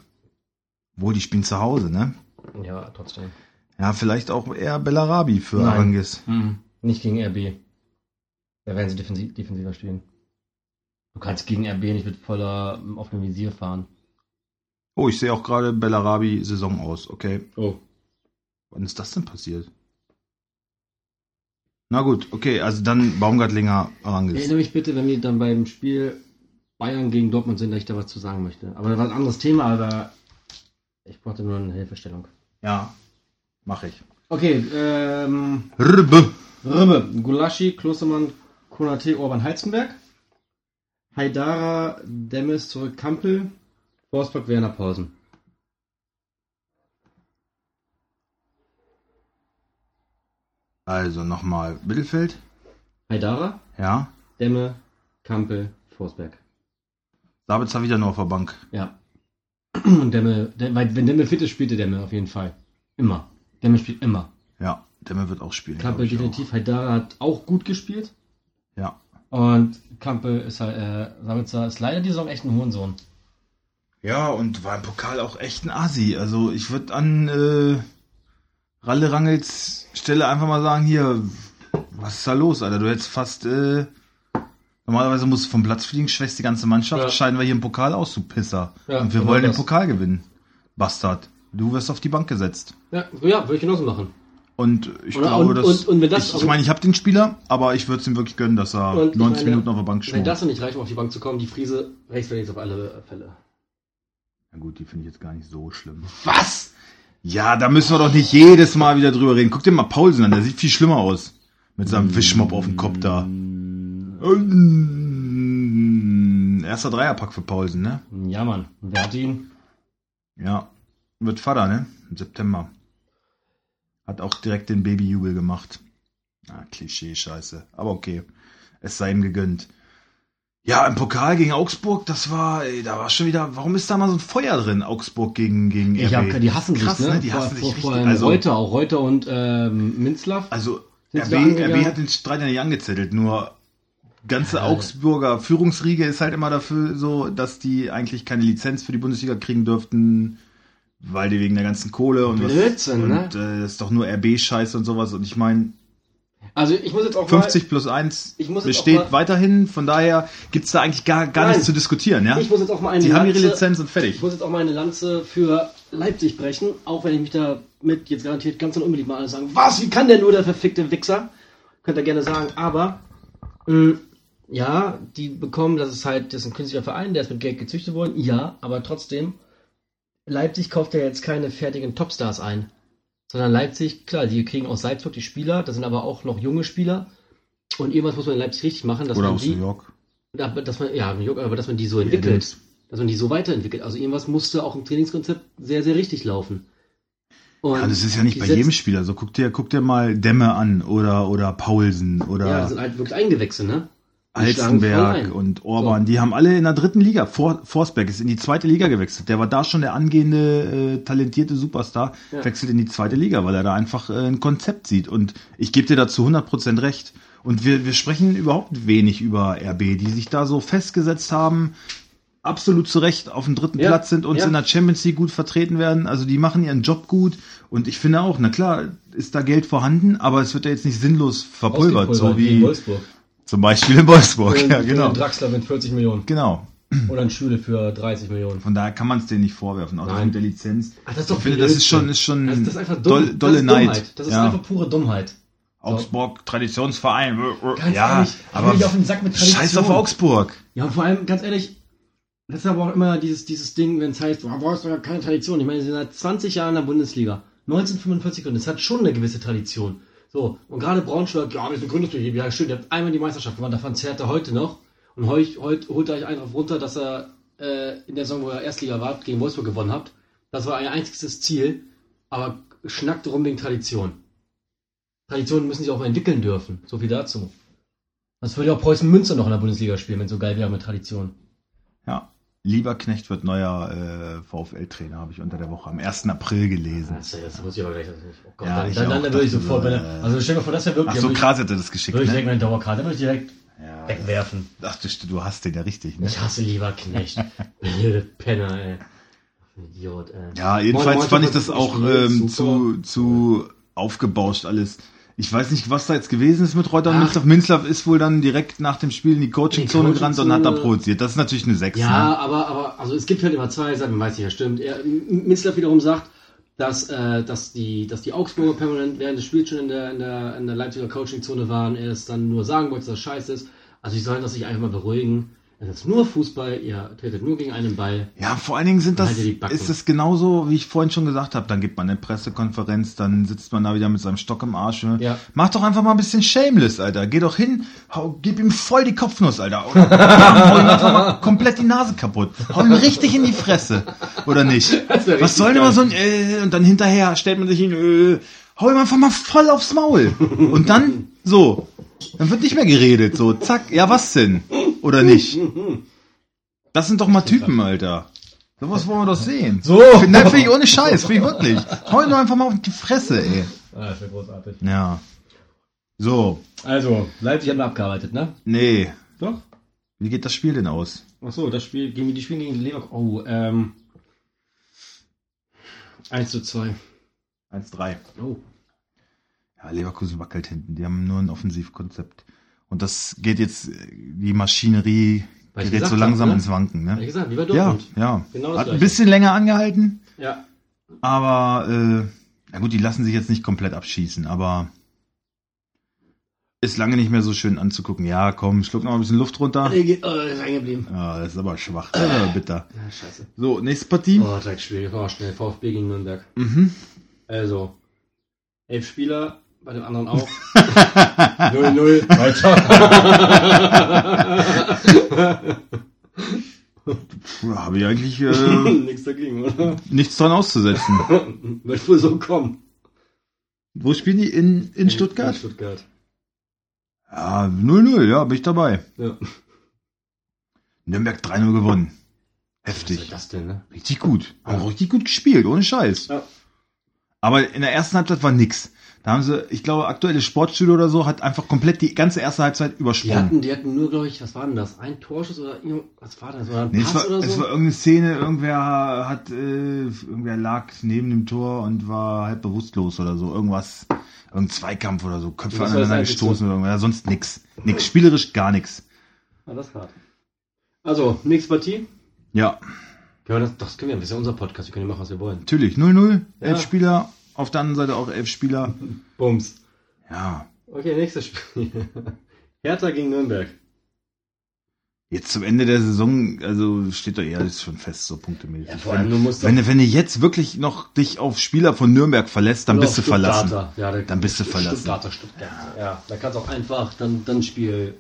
Wohl, die spielen zu Hause, ne? Ja, trotzdem. Ja, vielleicht auch eher Bellarabi für Nein. Arangis. Mhm. Nicht gegen RB. Da werden sie defensiv, defensiver spielen. Du kannst gegen RB nicht mit voller ähm, offenem Visier fahren. Oh, ich sehe auch gerade Bellarabi Saison aus. Okay. Oh. Wann ist das denn passiert? Na gut, okay, also dann Baumgartlinger, Arangis. Erinnere mich bitte, wenn wir dann beim Spiel Bayern gegen Dortmund sind, dass ich da was zu sagen möchte. Aber das war ein anderes Thema, aber ich brauchte nur eine Hilfestellung. Ja, mache ich. Okay, ähm, Rbe. Ribbe, Gulaschi, Klostermann, Konate, Orban, Heizenberg. Haidara, Demis, zurück, Kampel, Forsberg, Werner, Pausen. Also nochmal Mittelfeld. Haidara, Ja. Demme, Kampel, Forsberg. Sabitzer wieder nur auf der Bank. Ja. Und Demme, Demme, weil wenn Demme fit ist, spielt der Demme auf jeden Fall. Immer. Demme spielt immer. Ja, Demme wird auch spielen. glaub Kampel ich definitiv, Haidara hat auch gut gespielt. Auch. Ja. Und Kampel ist halt, äh, Sabitzer ist leider die Saison echt ein Hurensohn. Ja, und war im Pokal auch echt ein Asi. Also ich würde an äh, Ralle Rangels Stelle einfach mal sagen, hier, was ist da los, Alter? Du hättest fast, äh, normalerweise musst du vom Platz fliegen, schwächst die ganze Mannschaft, Ja. scheiden wir hier im Pokal aus, du Pisser. Ja, und wir genau wollen den das. Pokal gewinnen, Bastard. Du wirst auf die Bank gesetzt. Ja, ja würde ich genauso machen. Und ich Oder glaube, und- dass, und- und wenn das ich, ich auch- meine, ich habe den Spieler, aber ich würde es ihm wirklich gönnen, dass er Und ich 90 meine, Minuten auf der Bank Wenn schmort. das noch nicht reicht, um auf die Bank zu kommen, die Friese rechtfertigt es auf alle Fälle. Na gut, die finde ich jetzt gar nicht so schlimm. Was? Ja, da müssen wir doch nicht jedes Mal wieder drüber reden. Guck dir mal Paulsen an, der sieht viel schlimmer aus. Mit seinem Wischmopp auf dem Kopf da. Ähm, Erster Dreierpack für Paulsen, ne? Ja, Mann. Und Wer hat ihn? Ja. Wird Vater, ne? Im September. Hat auch direkt den Babyjubel gemacht. Ah, Klischee-Scheiße. Aber okay. Es sei ihm gegönnt. Ja, im Pokal gegen Augsburg, das war, ey, da war schon wieder, warum ist da mal so ein Feuer drin, Augsburg gegen, gegen Ich RB? hab, die hassen Krass, sich, ne? Die hassen sich vor, richtig. Vor allem also, Reuter auch. Reuter und ähm, Minzlaff. also Sind sie da RB, angegangen? RB hat den Streit ja nicht angezettelt, nur ganze Ja. Augsburger Führungsriege ist halt immer dafür so, dass die eigentlich keine Lizenz für die Bundesliga kriegen dürften, weil die wegen der ganzen Kohle und Blödsinn, ne? was, und äh, das ist doch nur RB-Scheiß und sowas und ich meine, Also ich muss jetzt auch 50 plus 1 Ich muss jetzt auch besteht mal- weiterhin, von daher gibt's da eigentlich gar, gar Nein. nichts zu diskutieren, ja? mal, ich muss jetzt auch mal eine Die haben ihre Lanze, Lizenz und fertig. ich muss jetzt auch mal eine Lanze für Leipzig brechen, auch wenn ich mich damit jetzt garantiert ganz und unbedingt mal alle sagen, was, wie kann der nur der verfickte Wichser? Könnt ihr gerne sagen, aber mh, ja, die bekommen, das ist halt, das ist ein künstlicher Verein, der ist mit Geld gezüchtet worden, ja, aber trotzdem, Leipzig kauft ja jetzt keine fertigen Topstars ein. sondern Leipzig, klar, die kriegen aus Salzburg die Spieler, das sind aber auch noch junge Spieler. Und irgendwas muss man in Leipzig richtig machen, dass Oder man aus die, New York. da- dass man, ja, New York, aber dass man die so entwickelt, Adams. dass man die so weiterentwickelt. Also irgendwas musste auch im Trainingskonzept sehr, sehr richtig laufen. Und Ja, das ist ja nicht die bei setzen- jedem Spieler so. Guck dir, guck dir mal Dämme an oder, oder Paulsen oder Ja, das sind halt wirklich Eingewächse, ne? Die schlagen voll ein. Halstenberg und Orban. Die haben alle in der dritten Liga. For, Forsberg ist in die zweite Liga gewechselt. Der war da schon der angehende, äh, talentierte Superstar. Ja. Wechselt in die zweite Liga, weil er da einfach äh, ein Konzept sieht. Und ich gebe dir dazu 100% recht. Und wir, wir sprechen überhaupt wenig über RB, die sich da so festgesetzt haben, absolut zu Recht auf dem dritten Ja, Platz sind und ja. in der Champions League gut vertreten werden. Also die machen ihren Job gut. Und ich finde auch, na klar, ist da Geld vorhanden, aber es wird ja jetzt nicht sinnlos verpulvert, so Ausgepulvert, wie in Wolfsburg. zum Beispiel in Wolfsburg. Für- ja, für genau. einen Draxler mit 40 Millionen. Genau. Oder ein Schüle für 30 Millionen. Von daher kann man es denen nicht vorwerfen, auch das Nein. mit der Lizenz. Ach, das ist ich finde, das ist schon, ist schon das, das ist einfach dumm. doll, dolle das ist Neid. Dummheit. Das ist ja. einfach pure Dummheit. Augsburg, Traditionsverein. Äh, Ganz ja, ehrlich, ich aber will nicht auf den Sack mit scheiß Tradition. auf Augsburg. Ja, und vor allem, ganz ehrlich, das ist aber auch immer dieses, dieses Ding, wenn es heißt, boah, brauchst du ja keine Tradition. Ich meine, sie sind seit 20 Jahren in der Bundesliga. 1945 und es hat schon eine gewisse Tradition. So, und gerade Braunschweig, ja, wir sind Gründungsbetrieb, ja, schön, ihr habt einmal die Meisterschaft gewonnen, davon zerrt er heute noch. Und heu, heute holt er euch einen drauf runter, dass er äh, in der Saison, wo er Erstliga war, gegen Wolfsburg gewonnen habt. Das war euer einziges Ziel, aber schnackt drum wegen Tradition. Traditionen müssen sich auch entwickeln dürfen. So viel dazu. Das würde auch Preußen Münster noch in der Bundesliga spielen, wenn es so geil wäre mit Tradition. Ja. Lieberknecht wird neuer äh, VfL-Trainer, habe ich unter der Woche am 1. April gelesen. Das, das muss ich aber gleich. Das muss ich, oh Gott, Ja, dann, ich dann, auch dann würde ich dachte sofort, so, wenn er, äh, also stell dir mal vor, das wäre wirklich. Ach so, würde ich- Kras hätte das geschickt, Würde ich direkt ne? meine Dauerkarte, würde ich direkt Ja, wegwerfen. Ach, du, du hast den ja richtig, ne? Ich hasse lieber Knecht. Blöde Penner, ey. Idiot, ey. Ja, jedenfalls Moin, moin, fand ich Stefan. das auch bin ähm, super. zu, zu aufgebauscht alles. Ich weiß nicht, was da jetzt gewesen ist mit Reuter und Ach. Minzlaff. Minzlaff ist wohl dann direkt nach dem Spiel in die Coaching-Zone Die gerannt und hat da Coaching-Zone. provoziert. Das ist natürlich eine 6. Ja, ne? aber, aber also es gibt halt immer zwei Seiten, man weiß nicht, ja stimmt. Er, M- Minzlaff wiederum sagt, dass, äh, dass, die, dass die Augsburger permanent während des Spiels schon in der, in der, in der Leipziger Coaching-Zone waren, er es dann nur sagen wollte, dass das scheiße ist. Also ich soll das sich einfach mal beruhigen. Es ist nur Fußball, ihr tretet nur gegen einen Ball. Ja, vor allen Dingen sind das, Halte halt die Backen. ist das genauso, wie ich vorhin schon gesagt habe. Dann gibt man eine Pressekonferenz, dann sitzt man da wieder mit seinem Stock im Arsch. ne? Ja. Mach doch einfach mal ein bisschen shameless, Alter. Geh doch hin, hau, gib ihm voll die Kopfnuss, Alter. Oder bam, hau ihm einfach mal komplett die Nase kaputt. Hau ihm richtig in die Fresse. Oder nicht? Das wär Was richtig soll denn geil. mal so ein äh, und dann hinterher stellt man sich hin, äh, hau ihm einfach mal voll aufs Maul. Und dann so. Dann wird nicht mehr geredet. So, zack, ja was denn? Oder nicht? Das sind doch mal Typen, Alter. Sowas wollen wir doch sehen. So. Finde find ich ohne Scheiß, finde ich wirklich. Hau ihn doch einfach mal auf die Fresse, ey. Ah, das wäre großartig. Ja. So, Also, Leipzig haben wir abgearbeitet, ne? nee. Doch? Wie geht das Spiel denn aus? Achso, das Spiel, gegen die spielen gegen Leverkusen. Oh, ähm. 1 zu 2. 1-3. Oh. Ja, Leverkusen wackelt hinten. Die haben nur ein Offensivkonzept. Und das geht jetzt, äh, die Maschinerie Weil ich gerät so gesagt langsam hab, ne? ins Wanken, Wie ne? gesagt, wie bei Ja, Dortmund. ja. Genau das Hat ein Gleiche. bisschen länger angehalten, Ja. aber, äh, na gut, die lassen sich jetzt nicht komplett abschießen, aber ist lange nicht mehr so schön anzugucken. Ja, komm, schluck noch mal ein bisschen Luft runter. Der geht- Oh, der ist eingeblieben. Ah, das ist aber schwach, das ist aber bitter. Ja, Ah, scheiße. So, nächste Partie. Oh, Dreckspiel. Oh, schnell. VfB gegen Nürnberg. Mhm. Also, elf Spieler, bei dem anderen auch. 0-0. Weiter. Ja, Habe ich eigentlich äh, Nichts dagegen, oder? nichts dran auszusetzen. Wird wohl so kommen. Wo spielen die? In, in Stuttgart? In Stuttgart. Ja, 0-0, ja, bin ich dabei. Ja. Nürnberg 3-0 gewonnen. Was ist Heftig. das denn, ne? Richtig gut. Haben auch richtig gut gespielt, ohne Scheiß. Ja. Aber in der ersten Halbzeit war nix. Da haben sie, ich glaube, aktuelle Sportstudio oder so hat einfach komplett die ganze erste Halbzeit Die übersprungen. hatten, die hatten nur, glaube ich, was war denn das? Ein Torschuss oder irgend- was war das? Oder ein Nee, Pass es, war, oder so? es war irgendeine Szene, irgendwer hat, äh, irgendwer lag neben dem Tor und war halb bewusstlos oder so. Irgendwas, irgendein Zweikampf oder so, Das Köpfe war das aneinander Einzige. gestoßen oder irgendwas. Sonst nix. Nix, spielerisch gar nix. Ah, das ist hart. Also, nächste Partie. Ja, Ja, das, das können wir. Das ist ja unser Podcast. Wir können ja machen, was wir wollen. natürlich. 0-0, Ja. elf Spieler, auf der anderen Seite auch elf Spieler. Bums. Ja, Okay, nächstes Spiel. Hertha gegen Nürnberg. jetzt zum Ende der Saison, also steht doch eher alles schon fest, so punktemäßig. Ja, vor allem, du musst wenn, wenn, du- wenn du jetzt wirklich noch dich auf Spieler von Nürnberg verlässt, dann Oder bist du auf Stuttgarter. verlassen. Genau, Ja, da, Dann bist du verlassen. Stuttgarter, Stuttgarter. Ja, da kannst du auch einfach dann, dann Spiel.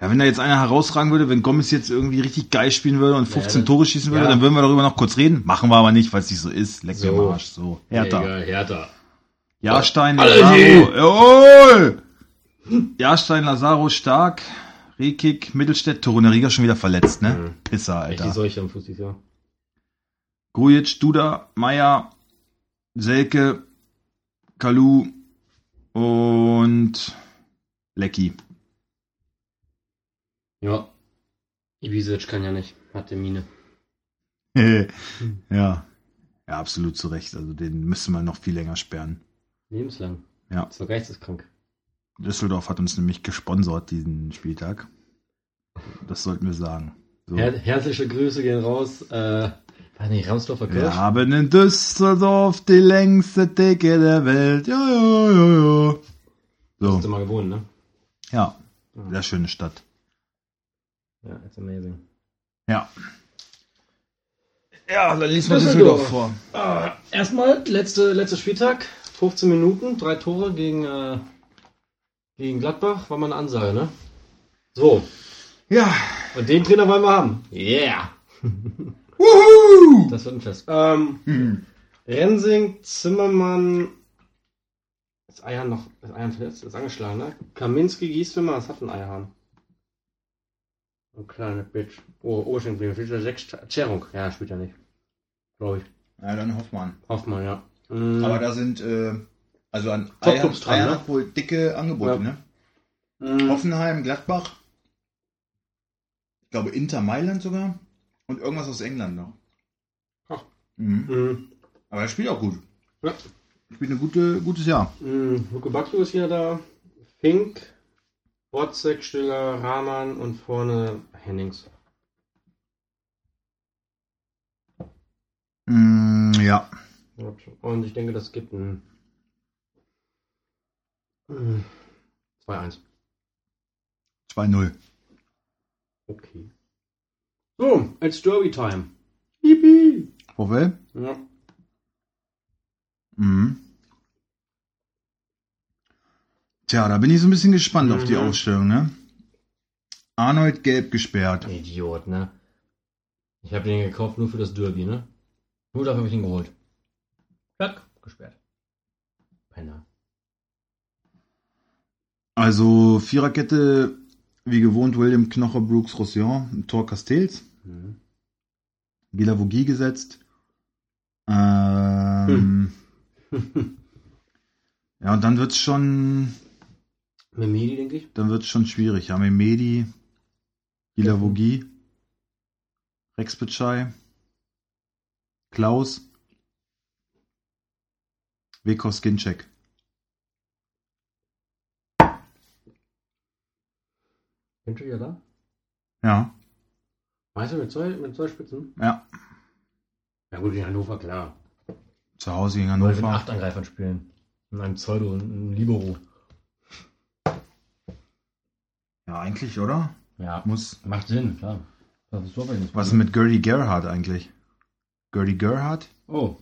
Ja, wenn da jetzt einer herausragen würde, wenn Gomez jetzt irgendwie richtig geil spielen würde und 15 Ja, das- Tore schießen würde, ja. dann würden wir darüber noch kurz reden. Machen wir aber nicht, weil es nicht so ist. Leck mir So. am Arsch. So. Hertha. Egal, Hertha. Jahrstein, Alle Lazaro. Jawohl! Jahrstein, Lazaro stark. Rekik, Mittelstädt, Toruneriga schon wieder verletzt, ne? Mhm. Pisser, Echt die Alter. Seuche am Fuß dieses Jahr. Grujic, Duda, Meier, Selke, Kalu und Lecky. Ja. Ibisevic kann ja nicht. Hat der Mine. ja. Ja, absolut zu Recht. Also den müsste man noch viel länger sperren. Lebenslang. Ja. Ist doch geisteskrank. Düsseldorf hat uns nämlich gesponsert diesen Spieltag. Das sollten wir sagen. So. Her herzliche Grüße gehen raus. Äh, weiß nicht, Ramsdorfer Kirsch. Wir haben in Düsseldorf die längste Theke der Welt. Ja, ja, ja, ja. Hast du So, mal gewohnt, ne? ja. Sehr schöne Stadt. Ja, it's amazing. Ja. Ja, dann liest mal man Düsseldorf Äh, Düsseldorf vor. Erstmal, letzte, letzter Spieltag. 15 Minuten, drei Tore gegen, äh, gegen Gladbach. War mal eine Ansage, ne? So. Ja, Und den Trainer wollen wir haben. Yeah. Wuhu! Das wird ein Fest. Ähm, Rensing, Zimmermann. Ist Eihahn noch. Ist Eihahn verletzt? Ist angeschlagen, ne? Kaminski, Gieswimmer, was hat ein Eihahn? Oh, kleine Bitch. Oh, Oberschenkel, spielt er sechs. Tscherung. Ja, spielt er nicht. Glaube ich. Ja, dann Hoffmann. Hoffmann, ja. Mhm. Aber da sind, äh, also an Top-Clubs Eier- dran, Eier ne? hat wohl dicke Angebote, Ja. ne? Mhm. Hoffenheim, Gladbach. Ich glaube Inter Mailand sogar. Und irgendwas aus England noch. Ach. Mhm. Mhm. Aber er spielt auch gut. Ja. Spielt ein gute, gutes Jahr. Mhm. Luke Baxo ist wieder da. Fink, Botzek, Stiller, Rahman und vorne Hennings. Mm, ja. Gut. Und ich denke, das gibt ein. Mhm. 2-1. 2-0. Okay. So, it's Derby Time. Yippie! Vorwell? Ja. Mhm. Tja, da bin ich so ein bisschen gespannt auf die Mhm. Ausstellung, ne? Arnold gelb gesperrt. Idiot, ne? Ich habe den gekauft nur für das Derby, ne? Nur dafür habe ich ihn geholt. Zack, gesperrt. Penner. Also Viererkette, wie gewohnt, William Knoche, Brooks, Roussillon, im Tor Castells, Mhm. Gilavogie gesetzt. Ähm, Ja, und dann wird's schon, Memedi, denke ich. dann wird's schon schwierig. Ja, Medi, Gilavogie, Rex Bitschei, Klaus, Wekos Ginczek. Kennst du ja da? Ja, Weißt du, mit zwei, mit zwei Spitzen? ja. Ja gut, in Hannover, klar. Zu Hause gegen Weil wir mit Hannover. acht Angreifern spielen. Und einem Pseudo und einem Libero. Ja, eigentlich, oder? Ja. Muss. Macht Sinn, klar. Das ist super. Was ist mit Gertie Gerhardt eigentlich? Gertie Gerhardt? Oh.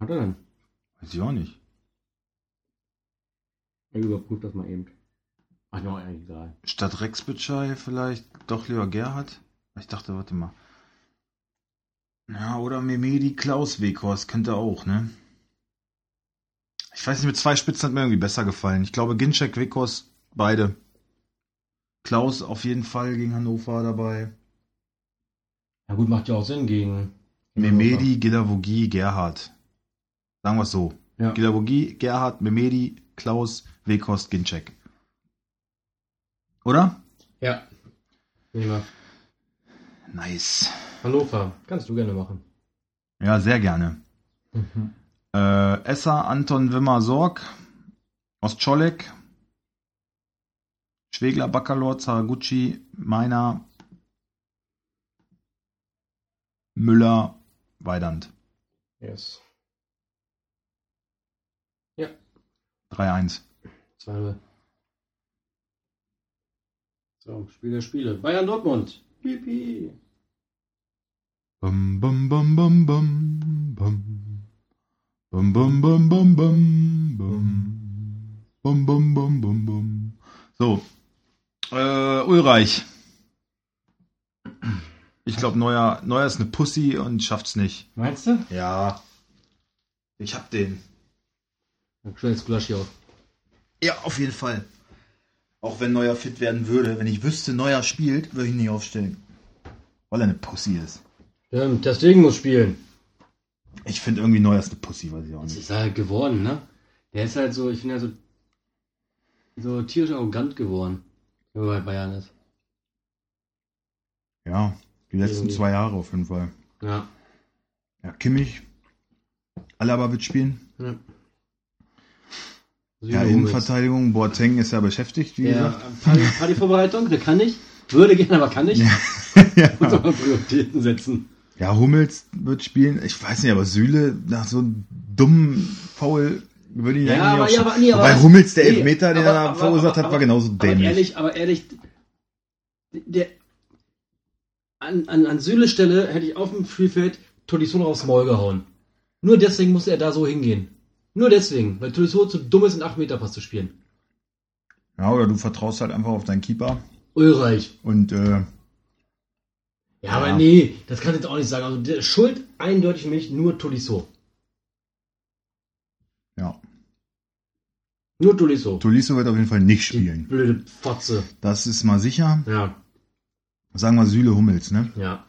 Hat er denn? Weiß ich auch nicht. Ich überprüfe das mal eben. Ach ja, eigentlich egal. Statt Rex Bitschei vielleicht doch lieber Gerhardt? Ich dachte, warte mal. Ja, oder Memedi Klaus Weghorst könnte auch, ne? Ich weiß nicht, mit zwei Spitzen hat mir irgendwie besser gefallen. Ich glaube, Ginczek, Weghorst, beide. Klaus auf jeden Fall gegen Hannover dabei. Ja gut, macht ja auch Sinn gegen. Memedi, Gilavogi, Gerhardt. Sagen wir es so. Ja. Gilavogi, Gerhardt, Memedi, Klaus, Weghorst, Ginczek. Oder? Ja. Nehmen wir. Nice. Hannover, kannst du gerne machen. Ja, sehr gerne. Äh, Esser, Anton Wimmer, Sorg, Ostscholek, Schwegler, Baccalor, Zaragucci, Meiner, Müller, Weidand. Yes. 3-1. 2-0. So, Spiel der Spiele. Bayern Dortmund. Pipi. Bum, bum, bum, bum, bum, bum. Bum, bum, bum, bum, bum, bum. Bum, bum, bum, bum, bum. So. Äh, Ulreich. Ich glaube, Neuer, Neuer ist eine Pussy und schafft's nicht. Meinst du? Ja. Ich hab den. Dann stellst du Gulasch hier auf. Ja, auf jeden Fall. Auch wenn Neuer fit werden würde, wenn ich wüsste, Neuer spielt, würde ich ihn nicht aufstellen. Weil er eine Pussy ist. Stimmt, Ähm, Ter Stegen muss spielen. Ich finde irgendwie Neuer ist eine Pussy, weiß ich auch Das nicht. ist er halt geworden, ne? Der ist halt so, ich finde ja so, so tierisch arrogant geworden, wenn er bei Bayern ist. Ja, die letzten Irgendwie. zwei Jahre auf jeden Fall. Ja. Ja, Kimmich, Alaba wird spielen. Ja, Ja, Innenverteidigung, Boateng ist ja beschäftigt, wie Ja, gesagt. Party- Partyvorbereitung, der kann nicht. Würde gehen, aber kann nicht. Muss ja. aber Prioritäten setzen. ja, Hummels wird spielen. Ich weiß nicht, aber Süle nach so einem dummen Foul würde ich Ja, eigentlich aber- auch ja, schon- aber- nee, aber- Wobei Hummels, der nee, Elfmeter, den aber- er da aber- verursacht aber- hat, war genauso Aber dämlich. ehrlich, aber ehrlich, der, an, an, an Süle Stelle hätte ich auf dem Spielfeld Tolisso noch aufs Maul gehauen. Nur deswegen musste er da so hingehen. Nur deswegen, weil Tolisso zu dumm ist, einen 8-Meter-Pass zu spielen. Ja, oder du vertraust halt einfach auf deinen Keeper Ulreich. und äh, Ja, aber nee, das kann ich jetzt auch nicht sagen. Also die Schuld eindeutig für mich nur Tolisso. Ja. Nur Tolisso. Tolisso wird auf jeden Fall nicht Die spielen. blöde Fotze. Das ist mal sicher. Ja, Sagen wir Süle Hummels, ne? ja.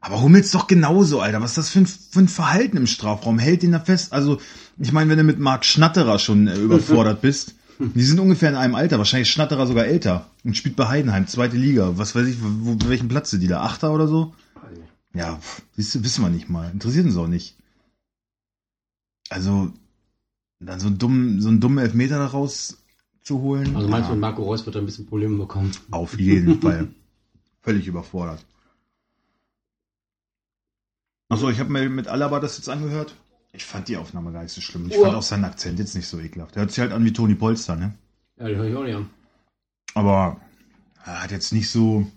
Aber Hummels doch genauso, Alter. Was ist das für ein, für ein Verhalten im Strafraum? Hält ihn da fest? Also, ich meine, wenn du mit Marc Schnatterer schon äh, überfordert bist, die sind ungefähr in einem Alter, wahrscheinlich Schnatterer sogar älter und spielt bei Heidenheim, zweite Liga. Was weiß ich, wo, wo- welchen Platz sind die da? Achter oder so? Ja, pff, siehst du, wissen wir nicht mal. Interessiert uns auch nicht. Also, dann so einen dummen, so einen dummen Elfmeter da rauszuholen. Also meinst du, ja, mit Marco Reus wird er ein bisschen Probleme bekommen? auf jeden Fall. Völlig überfordert. Achso, ich habe mir mit Alaba das jetzt angehört. Ich fand die Aufnahme gar nicht so schlimm. Ich Uah. fand auch seinen Akzent jetzt nicht so ekelhaft. Der hört sich halt an wie Toni Polster, ne? Ja, den höre ich auch nicht an. Aber er hat jetzt nicht so.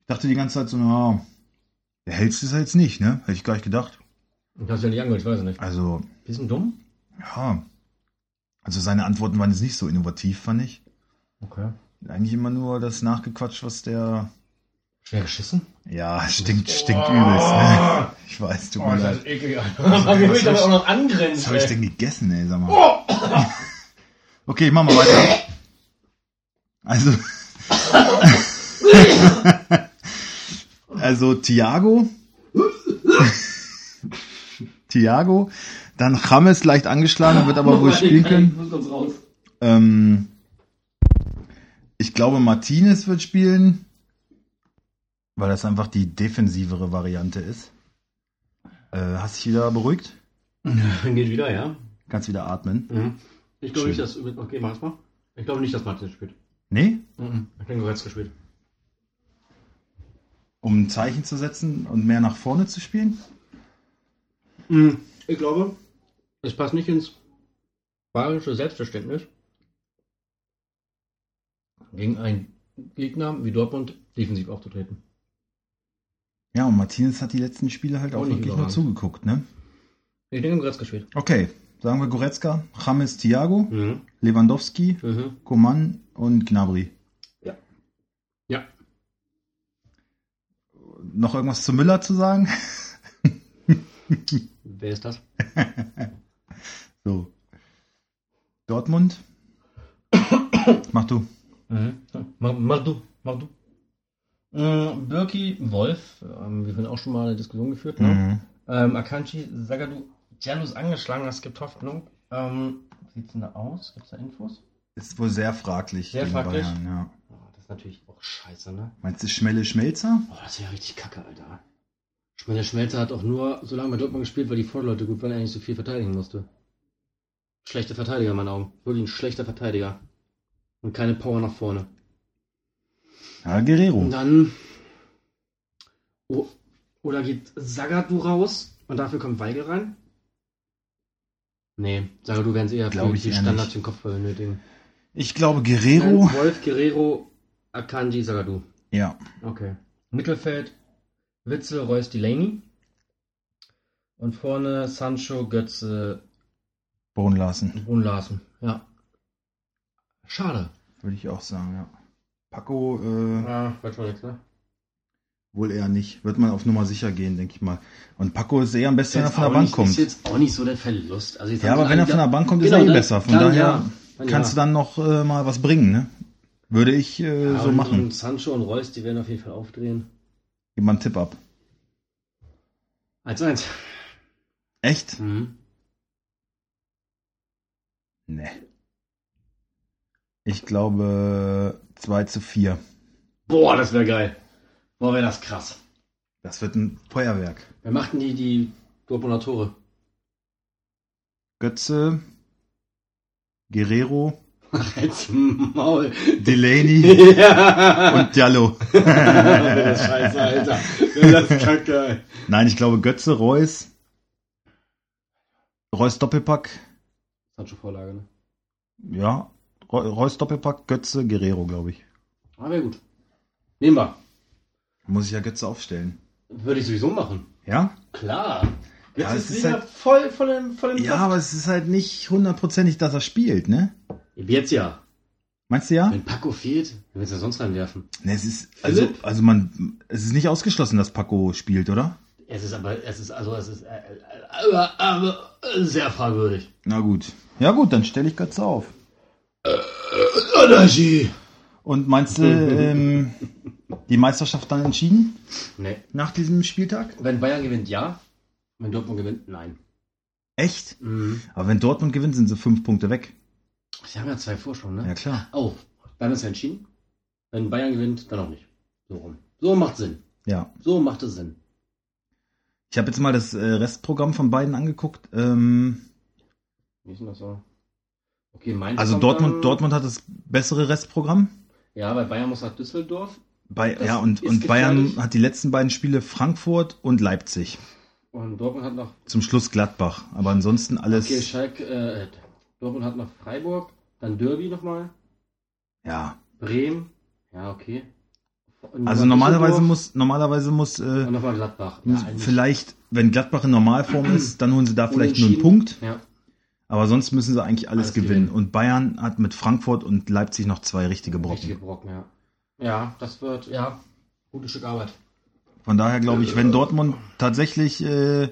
Ich dachte die ganze Zeit so, na, der hellste ist er jetzt nicht, ne? Hätte ich gar nicht gedacht. Ich hab's ja nicht angehört, ich weiß es nicht. Also, Bisschen dumm? ja. Also seine Antworten waren jetzt nicht so innovativ, fand ich. Okay. Eigentlich immer nur das nachgequatscht, was der. Schwer geschissen? Ja, stinkt, stinkt übelst, ne? Ich weiß, Oh, tut mir leid. eklig, Alter. Aber wir will was hab dabei ich- auch noch Was habe ich angrenzen. denn gegessen, ey, sag mal. Okay, machen wir weiter. Also. also Thiago. Thiago. Dann James leicht angeschlagen, wird aber wohl spielen können. Ich muss kurz raus. Ähm, ich glaube, Martinez wird spielen, weil das einfach die defensivere Variante ist. Äh, hast dich wieder beruhigt? Dann geht wieder, ja. Kannst wieder atmen? Mhm. Ich glaube Schön. nicht, dass. Okay, mach's mal. Ich glaube nicht, dass Martin spielt. Nee? Mhm. Ich denke, Goretzka gespielt. Um ein Zeichen zu setzen und mehr nach vorne zu spielen? Mhm. Ich glaube, es passt nicht ins bayerische Selbstverständnis, gegen einen Gegner wie Dortmund defensiv aufzutreten. Ja, und Martinez hat die letzten Spiele halt Auch auch nicht wirklich nur überragend. zugeguckt, ne? Ich denke, Goretzka spielt. Okay, sagen wir Goretzka, James Thiago, Mhm. Lewandowski, Mhm. Coman und Gnabry. Ja. Noch irgendwas zu Müller zu sagen? Wer ist das? So. Dortmund. Mach du. Mhm. Mach, mach du, mach du. Mhm. Birki Wolf, ähm, wir haben auch schon mal eine Diskussion geführt, ne? Mhm. Ähm, Akanji Sagadu, Janus angeschlagen, es gibt Hoffnung. Ähm, wie sieht's denn da aus? Gibt's da Infos? Ist wohl sehr fraglich. Sehr gegen fraglich. Bayern, ja. Ah, das ist natürlich auch scheiße, ne? Meinst du Schmelle Schmelzer? Boah, das ist ja richtig kacke, Alter. Ich meine, der Schmelzer hat auch nur so lange bei Dortmund gespielt, weil die Vorderleute gut waren, er nicht so viel verteidigen musste. Schlechter Verteidiger in meinen Augen. Wirklich ein schlechter Verteidiger. Und keine Power nach vorne. Ja, Guerrero. Und dann. Oh, oder geht Sagadu raus und dafür kommt Weigel rein? Nee, Sagadu werden sie eher Glaub für ich die eher Standards nicht. den Kopf benötigen. Ich glaube Guerrero. Nein, Wolf, Guerrero, Akanji, Sagadu. Ja. Okay. Mittelfeld, Witzel, Reus, Delaney. Und vorne Sancho, Götze, Bohnen lassen. Brun Larsen. Ja. Schade. Würde ich auch sagen, ja. Paco äh, Ja, weiß schon nichts, ne? wohl eher nicht. Wird man auf Nummer sicher gehen, denke ich mal. Und Paco ist eher am besten, wenn er Jetzt von der auch Bank nicht, kommt. Ist jetzt auch nicht so der Verlust. Also jetzt Ja, haben aber sie wenn er alle- von der Bank kommt, ist Genau, er eh dann- besser. Von dann daher ja. Dann kannst ja. du dann noch äh, mal was bringen, ne? Würde ich äh, Ja, so und, machen. Und Sancho und Reus, die werden auf jeden Fall aufdrehen. Gib mal einen Tipp ab. 1-1. Echt? Mhm. Nee. Ich glaube 2 zu 4. Boah, das wäre geil. Boah, wäre das krass. Das wird ein Feuerwerk. Wer machten die, die Dortmunder Tore? Götze, Guerrero, Ach, jetzt Maul. Delaney ja. und Diallo. Wäre das scheiße, Alter. Wäre das kacke. Nein, ich glaube Götze, Reus, Reus Doppelpack, Sancho Vorlage, ne? ja, Re- Reus Doppelpack, Götze, Guerrero, glaube ich. Ah, wäre gut. Nehmen wir. Muss ich ja Götze aufstellen. Würde ich sowieso machen. Ja? Klar. Jetzt Ja, ist es ist Liga halt- voll von dem, von dem Ja, Platz. aber es ist halt nicht hundertprozentig, dass er spielt, ne? Jetzt ja. Meinst du ja? Wenn Paco fehlt, dann willst du ja sonst reinwerfen. Ne, es ist, also, Philipp? also man, es ist nicht ausgeschlossen, dass Paco spielt, oder? Es ist aber, es ist, also, es ist, äh, äh, aber, aber äh, sehr fragwürdig. Na gut. Ja gut, dann stelle ich Götze auf. Energy! Und meinst du, ähm, die Meisterschaft dann entschieden Nee. nach diesem Spieltag? Wenn Bayern gewinnt, ja. Wenn Dortmund gewinnt, nein. Echt? Mhm. Aber wenn Dortmund gewinnt, sind sie fünf Punkte weg. Sie haben ja zwei Vorsprung, ne? Ja klar. Oh, dann ist ja entschieden. Wenn Bayern gewinnt, dann auch nicht. So rum. So macht Sinn. Ja. So macht es Sinn. Ich habe jetzt mal das äh, Restprogramm von beiden angeguckt. Ähm, Wie ist denn das so? Okay, Mainz also kommt Dortmund, dann- Dortmund hat das bessere Restprogramm. Ja, weil Bayern muss nach Düsseldorf Bei, Das ja, und, ist und Bayern gefährlich. hat die letzten beiden Spiele Frankfurt und Leipzig. und Dortmund hat nach Zum Schluss Gladbach. Aber ansonsten alles. okay, Schalke, äh, Dortmund hat nach Freiburg, dann Derby nochmal, ja. Bremen, ja, okay. Und Also nach normalerweise Düsseldorf muss, normalerweise muss, und äh, nochmal Gladbach. muss eigentlich vielleicht, wenn Gladbach in Normalform ist, dann holen sie da vielleicht nur einen unentschieden. Punkt. Ja, Aber sonst müssen sie eigentlich alles, Alles gewinnen. gewinnen. Und Bayern hat mit Frankfurt und Leipzig noch zwei richtige Brocken. richtige Brocken, ja. Ja, das wird, ja, gutes Stück Arbeit. Von daher glaube ich, wenn Dortmund tatsächlich äh,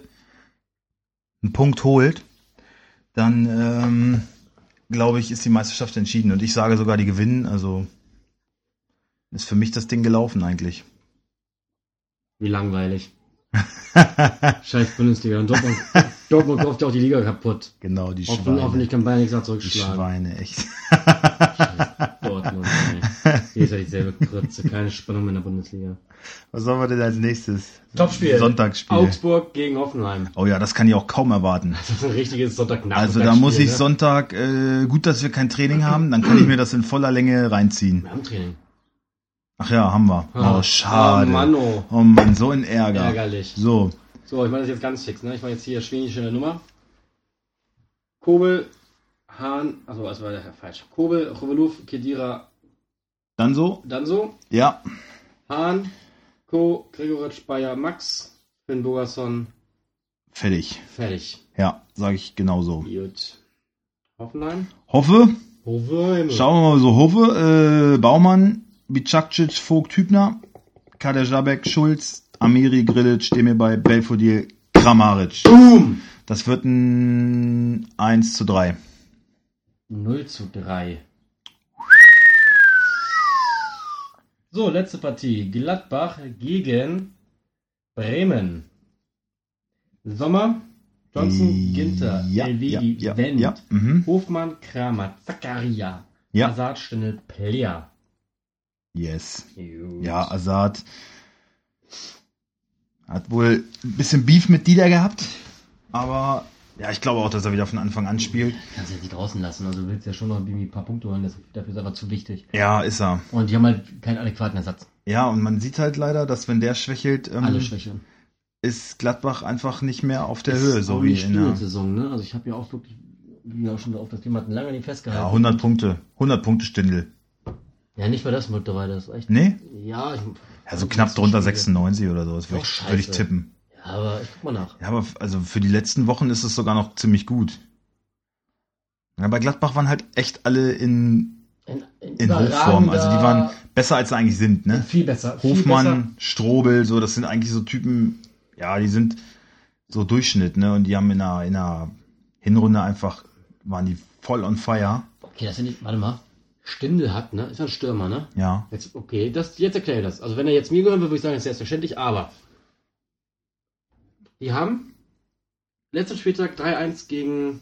einen Punkt holt, dann ähm, glaube ich, ist die Meisterschaft entschieden. Und ich sage sogar, die gewinnen. Also ist für mich das Ding gelaufen eigentlich. Wie langweilig. Scheiß Bundesliga. Und Dortmund, Dortmund kauft ja auch die Liga kaputt. genau, die Hoffentlich, Schweine. hoffentlich kann Bayern nichts mehr Die zurückschlagen. Schweine, echt. Scheiß Dortmund, ey. Hier ist ja dieselbe Grütze. Keine Spannung mehr in der Bundesliga. Was sollen wir denn als nächstes? Topspiel. Sonntagsspiel. Augsburg gegen Hoffenheim. Oh ja, das kann ich auch kaum erwarten. Das ist ein richtiges ne? Sonntagnachmittag. Also da muss ich Sonntag, äh, gut, dass wir kein Training haben, dann kann ich mir das in voller Länge reinziehen. Wir haben Training. Ach ja, haben wir. Ah. Oh, schade. Oh, Mann, oh. Oh Mann, so ein Ärger. Ärgerlich. So, So, ich meine das jetzt ganz fix. Ne? Ich mache jetzt hier schwedische Nummer. Kobel, Hahn, also das war ja falsch. Kobel, Choveluf, Kedira, dann so. Danso. Ja, Hahn, Co, Gregoritsch, Bayer, Max, Finn Bogason, fertig. fertig. Ja, sage ich genauso. Gut. Hoffenheim. Hoffe, Hoffenheim. schauen wir mal so. Hoffe, äh, Baumann, Bicakcic, Vogt, Hübner, Kader Jabek, Schulz, Amiri, Grillitsch, Demirbay, Belfodil, Kramaric. Boom! Das wird ein 1 zu 3. 0 zu 3. So, letzte Partie. Gladbach gegen Bremen. Sommer, Johnson, Ginter, Äh, ja, ja, Elvedi, ja, Wendt, ja, mhm. Hofmann, Kramer, Zakaria, Ja. Hazard, Stindl, Player. Yes. Ja, also- Assad hat wohl ein bisschen Beef mit Dieter gehabt, aber ja, ich glaube auch, dass er wieder von Anfang an spielt. Kannst du jetzt nicht draußen lassen, also du willst ja schon noch irgendwie ein paar Punkte holen, das, dafür ist einfach zu wichtig. Ja, ist er. Und die haben halt keinen adäquaten Ersatz. Ja, und man sieht halt leider, dass wenn der schwächelt, Alle ähm, Schwäche. ist Gladbach einfach nicht mehr auf der Das Höhe, ist so auch wie nicht in der, Spielsaison, ne? Also ich habe ja auch wirklich, wie ja auch schon auf das Thema hatten, lange nicht festgehalten. ja, 100 Punkte, 100 Punkte Stindel. Ja, nicht mal das mittlerweile, das ist echt. Nee? Ja, ich, Also knapp drunter Spiele. 96 oder sowas, würde ich, Doch, würd ich scheiße. tippen. Ja, aber ich guck mal nach. Ja, aber f- also für die letzten Wochen ist es sogar noch ziemlich gut. Ja, bei Gladbach waren halt echt alle in, In, in, in Hochform. Also die waren besser, als sie eigentlich sind, ne? viel besser. viel besser. Hofmann, Strobel, so, das sind eigentlich so Typen, ja, die sind so Durchschnitt, ne? Und die haben in einer, in einer Hinrunde einfach, waren die voll on fire. Okay, das sind nicht, warte mal. Stindel hat, ne? Ist ja ein Stürmer, ne? Ja. Jetzt, okay, das, jetzt erkläre ich das. Also wenn er jetzt mir gehören würde, würde ich sagen, ist selbstverständlich, aber die haben letzten Spieltag 3-1 gegen,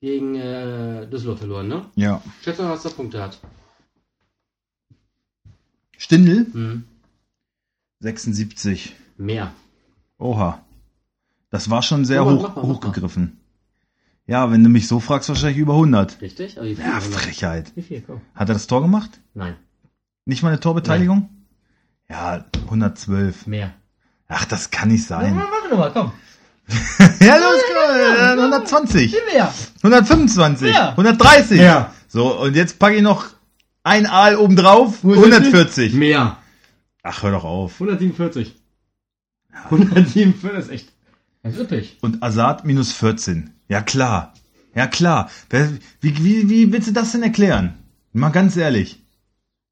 gegen äh, Düsseldorf verloren, ne? Ja. Schätze mal, was der Punkte hat. Stindel, Hm. 76. Mehr. Oha. Das war schon sehr Mach mal, hoch, Oh, mach mal, mach mal. hochgegriffen. Ja, wenn du mich so fragst, wahrscheinlich über 100. Richtig? Aber wie viel? Ja, Frechheit. wie viel? Komm. Hat er das Tor gemacht? Nein, Nicht mal eine Torbeteiligung? Ja, 112. mehr. Ach, das kann nicht sein. Ja, mach nochmal, komm. Ja, los, äh, komm, 120. Mehr. 125, Ja. 130. Ja. So, und jetzt packe ich noch ein Aal obendrauf, 140. Mehr. Ach, hör doch auf. 147. 147 ist echt. Ganz üppig. Und Assad minus 14. Ja, klar. Ja, klar. Wer- Wie, wie, wie willst du das denn erklären? Mal ganz ehrlich.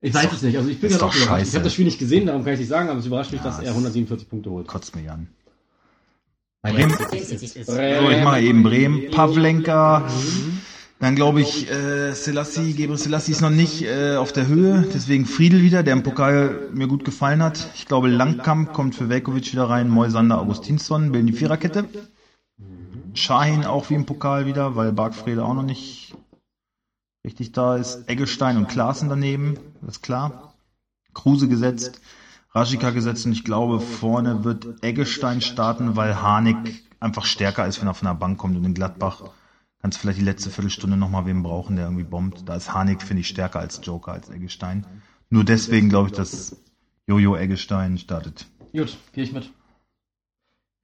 Ich weiß doch- es nicht. Also ich bin ist gerade doch auch überrascht. Ich scheiße. habe das Spiel nicht gesehen, darum kann ich nicht sagen, aber es überrascht mich, Ja, dass es- er 147 Punkte holt. Kotzt mich an. Bremen. So, ich mache eben Bremen. Pavlenka. Dann glaube ich, äh, Selassie, Gebre Selassie ist noch nicht äh, auf der Höhe. Deswegen Friedel wieder, der im Pokal mir gut gefallen hat. Ich glaube, Langkamp kommt für Velkovic wieder rein. Moisander, Augustinsson bilden die Viererkette. Shahin auch wie im Pokal wieder, weil Bargfrede auch noch nicht richtig da ist. Eggestein und Klaassen daneben, das ist klar. Kruse gesetzt, Rajika gesetzt und ich glaube, vorne wird Eggestein starten, weil Harnik einfach stärker ist, wenn er von der Bank kommt und in Gladbach kannst vielleicht die letzte Viertelstunde nochmal wen brauchen, der irgendwie bombt. Da ist Harnik, finde ich, stärker als Joker, als Eggestein. Nur deswegen glaube ich, dass Jojo Eggestein startet. Gut, gehe ich mit.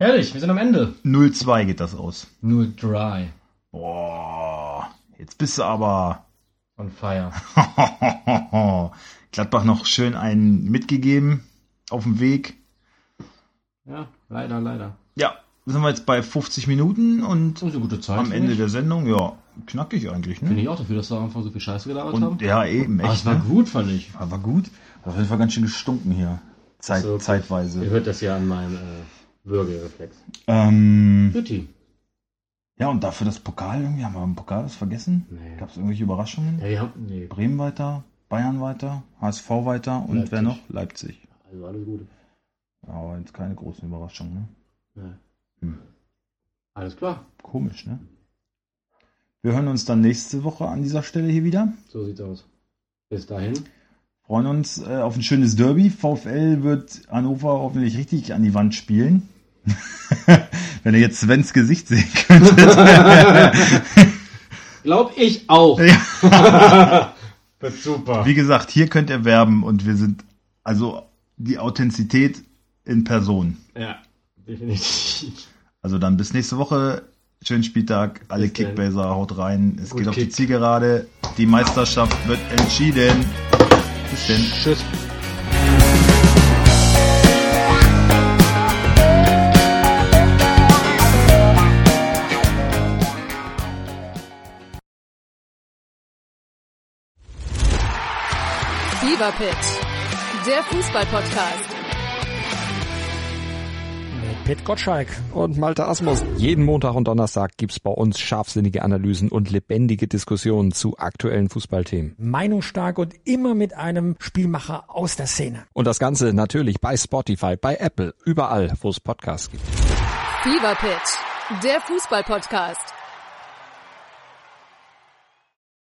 Herrlich, wir sind am Ende. 0-2 geht das aus. Nur dry. Boah, jetzt bist du aber... On fire. Gladbach noch schön einen mitgegeben auf dem Weg. Ja, leider, leider. Ja, sind wir jetzt bei 50 Minuten und Das ist eine gute Zeit. am finde Ende ich. der Sendung, ja, knackig eigentlich, Bin ne? ich auch dafür, dass wir am Anfang so viel Scheiße gelabert haben. Und ja, eben, Aber es echt. war Ne? gut, fand ich. Aber war gut. Hat auf jeden Fall ganz schön gestunken hier. Zeit, So, okay. Ihr Zeitweise. hört das ja an meinem äh, Würgereflex. Ähm, Jutti. ja, und dafür das Pokal irgendwie. Haben wir im Pokal was vergessen? Nee. Gab es irgendwelche Überraschungen? Ja, wir haben. Nee, Bremen weiter, Bayern weiter, HSV weiter und Leipzig. wer noch? Leipzig. also alles gut. Aber jetzt keine großen Überraschungen, ne? Ja. Hm. Alles klar. Komisch, ne? Wir hören uns dann nächste Woche an dieser Stelle hier wieder. So sieht's aus. Bis dahin. Freuen uns äh, auf ein schönes Derby. VfL wird Hannover hoffentlich richtig an die Wand spielen. Wenn ihr jetzt Svens Gesicht sehen könntet. Glaub ich auch. super. Wie gesagt, hier könnt ihr werben und wir sind also die Authentizität in Person. Ja, definitiv. Also dann bis nächste Woche. Schönen Spieltag. Alle Bis dann. Kickbaser haut rein. Es Gut geht auf die Kick. Zielgerade. Die Meisterschaft wird entschieden. Bis denn. Tschüss. Fever Pitch, der Fußball-Podcast. Mit Pit Gottschalk. und Malte Asmus. Jeden Montag und Donnerstag gibt's bei uns scharfsinnige Analysen und lebendige Diskussionen zu aktuellen Fußballthemen. Meinungsstark und immer mit einem Spielmacher aus der Szene. Und das Ganze natürlich bei Spotify, bei Apple, überall, wo es Podcasts gibt. Fever Pitch, der Fußball-Podcast.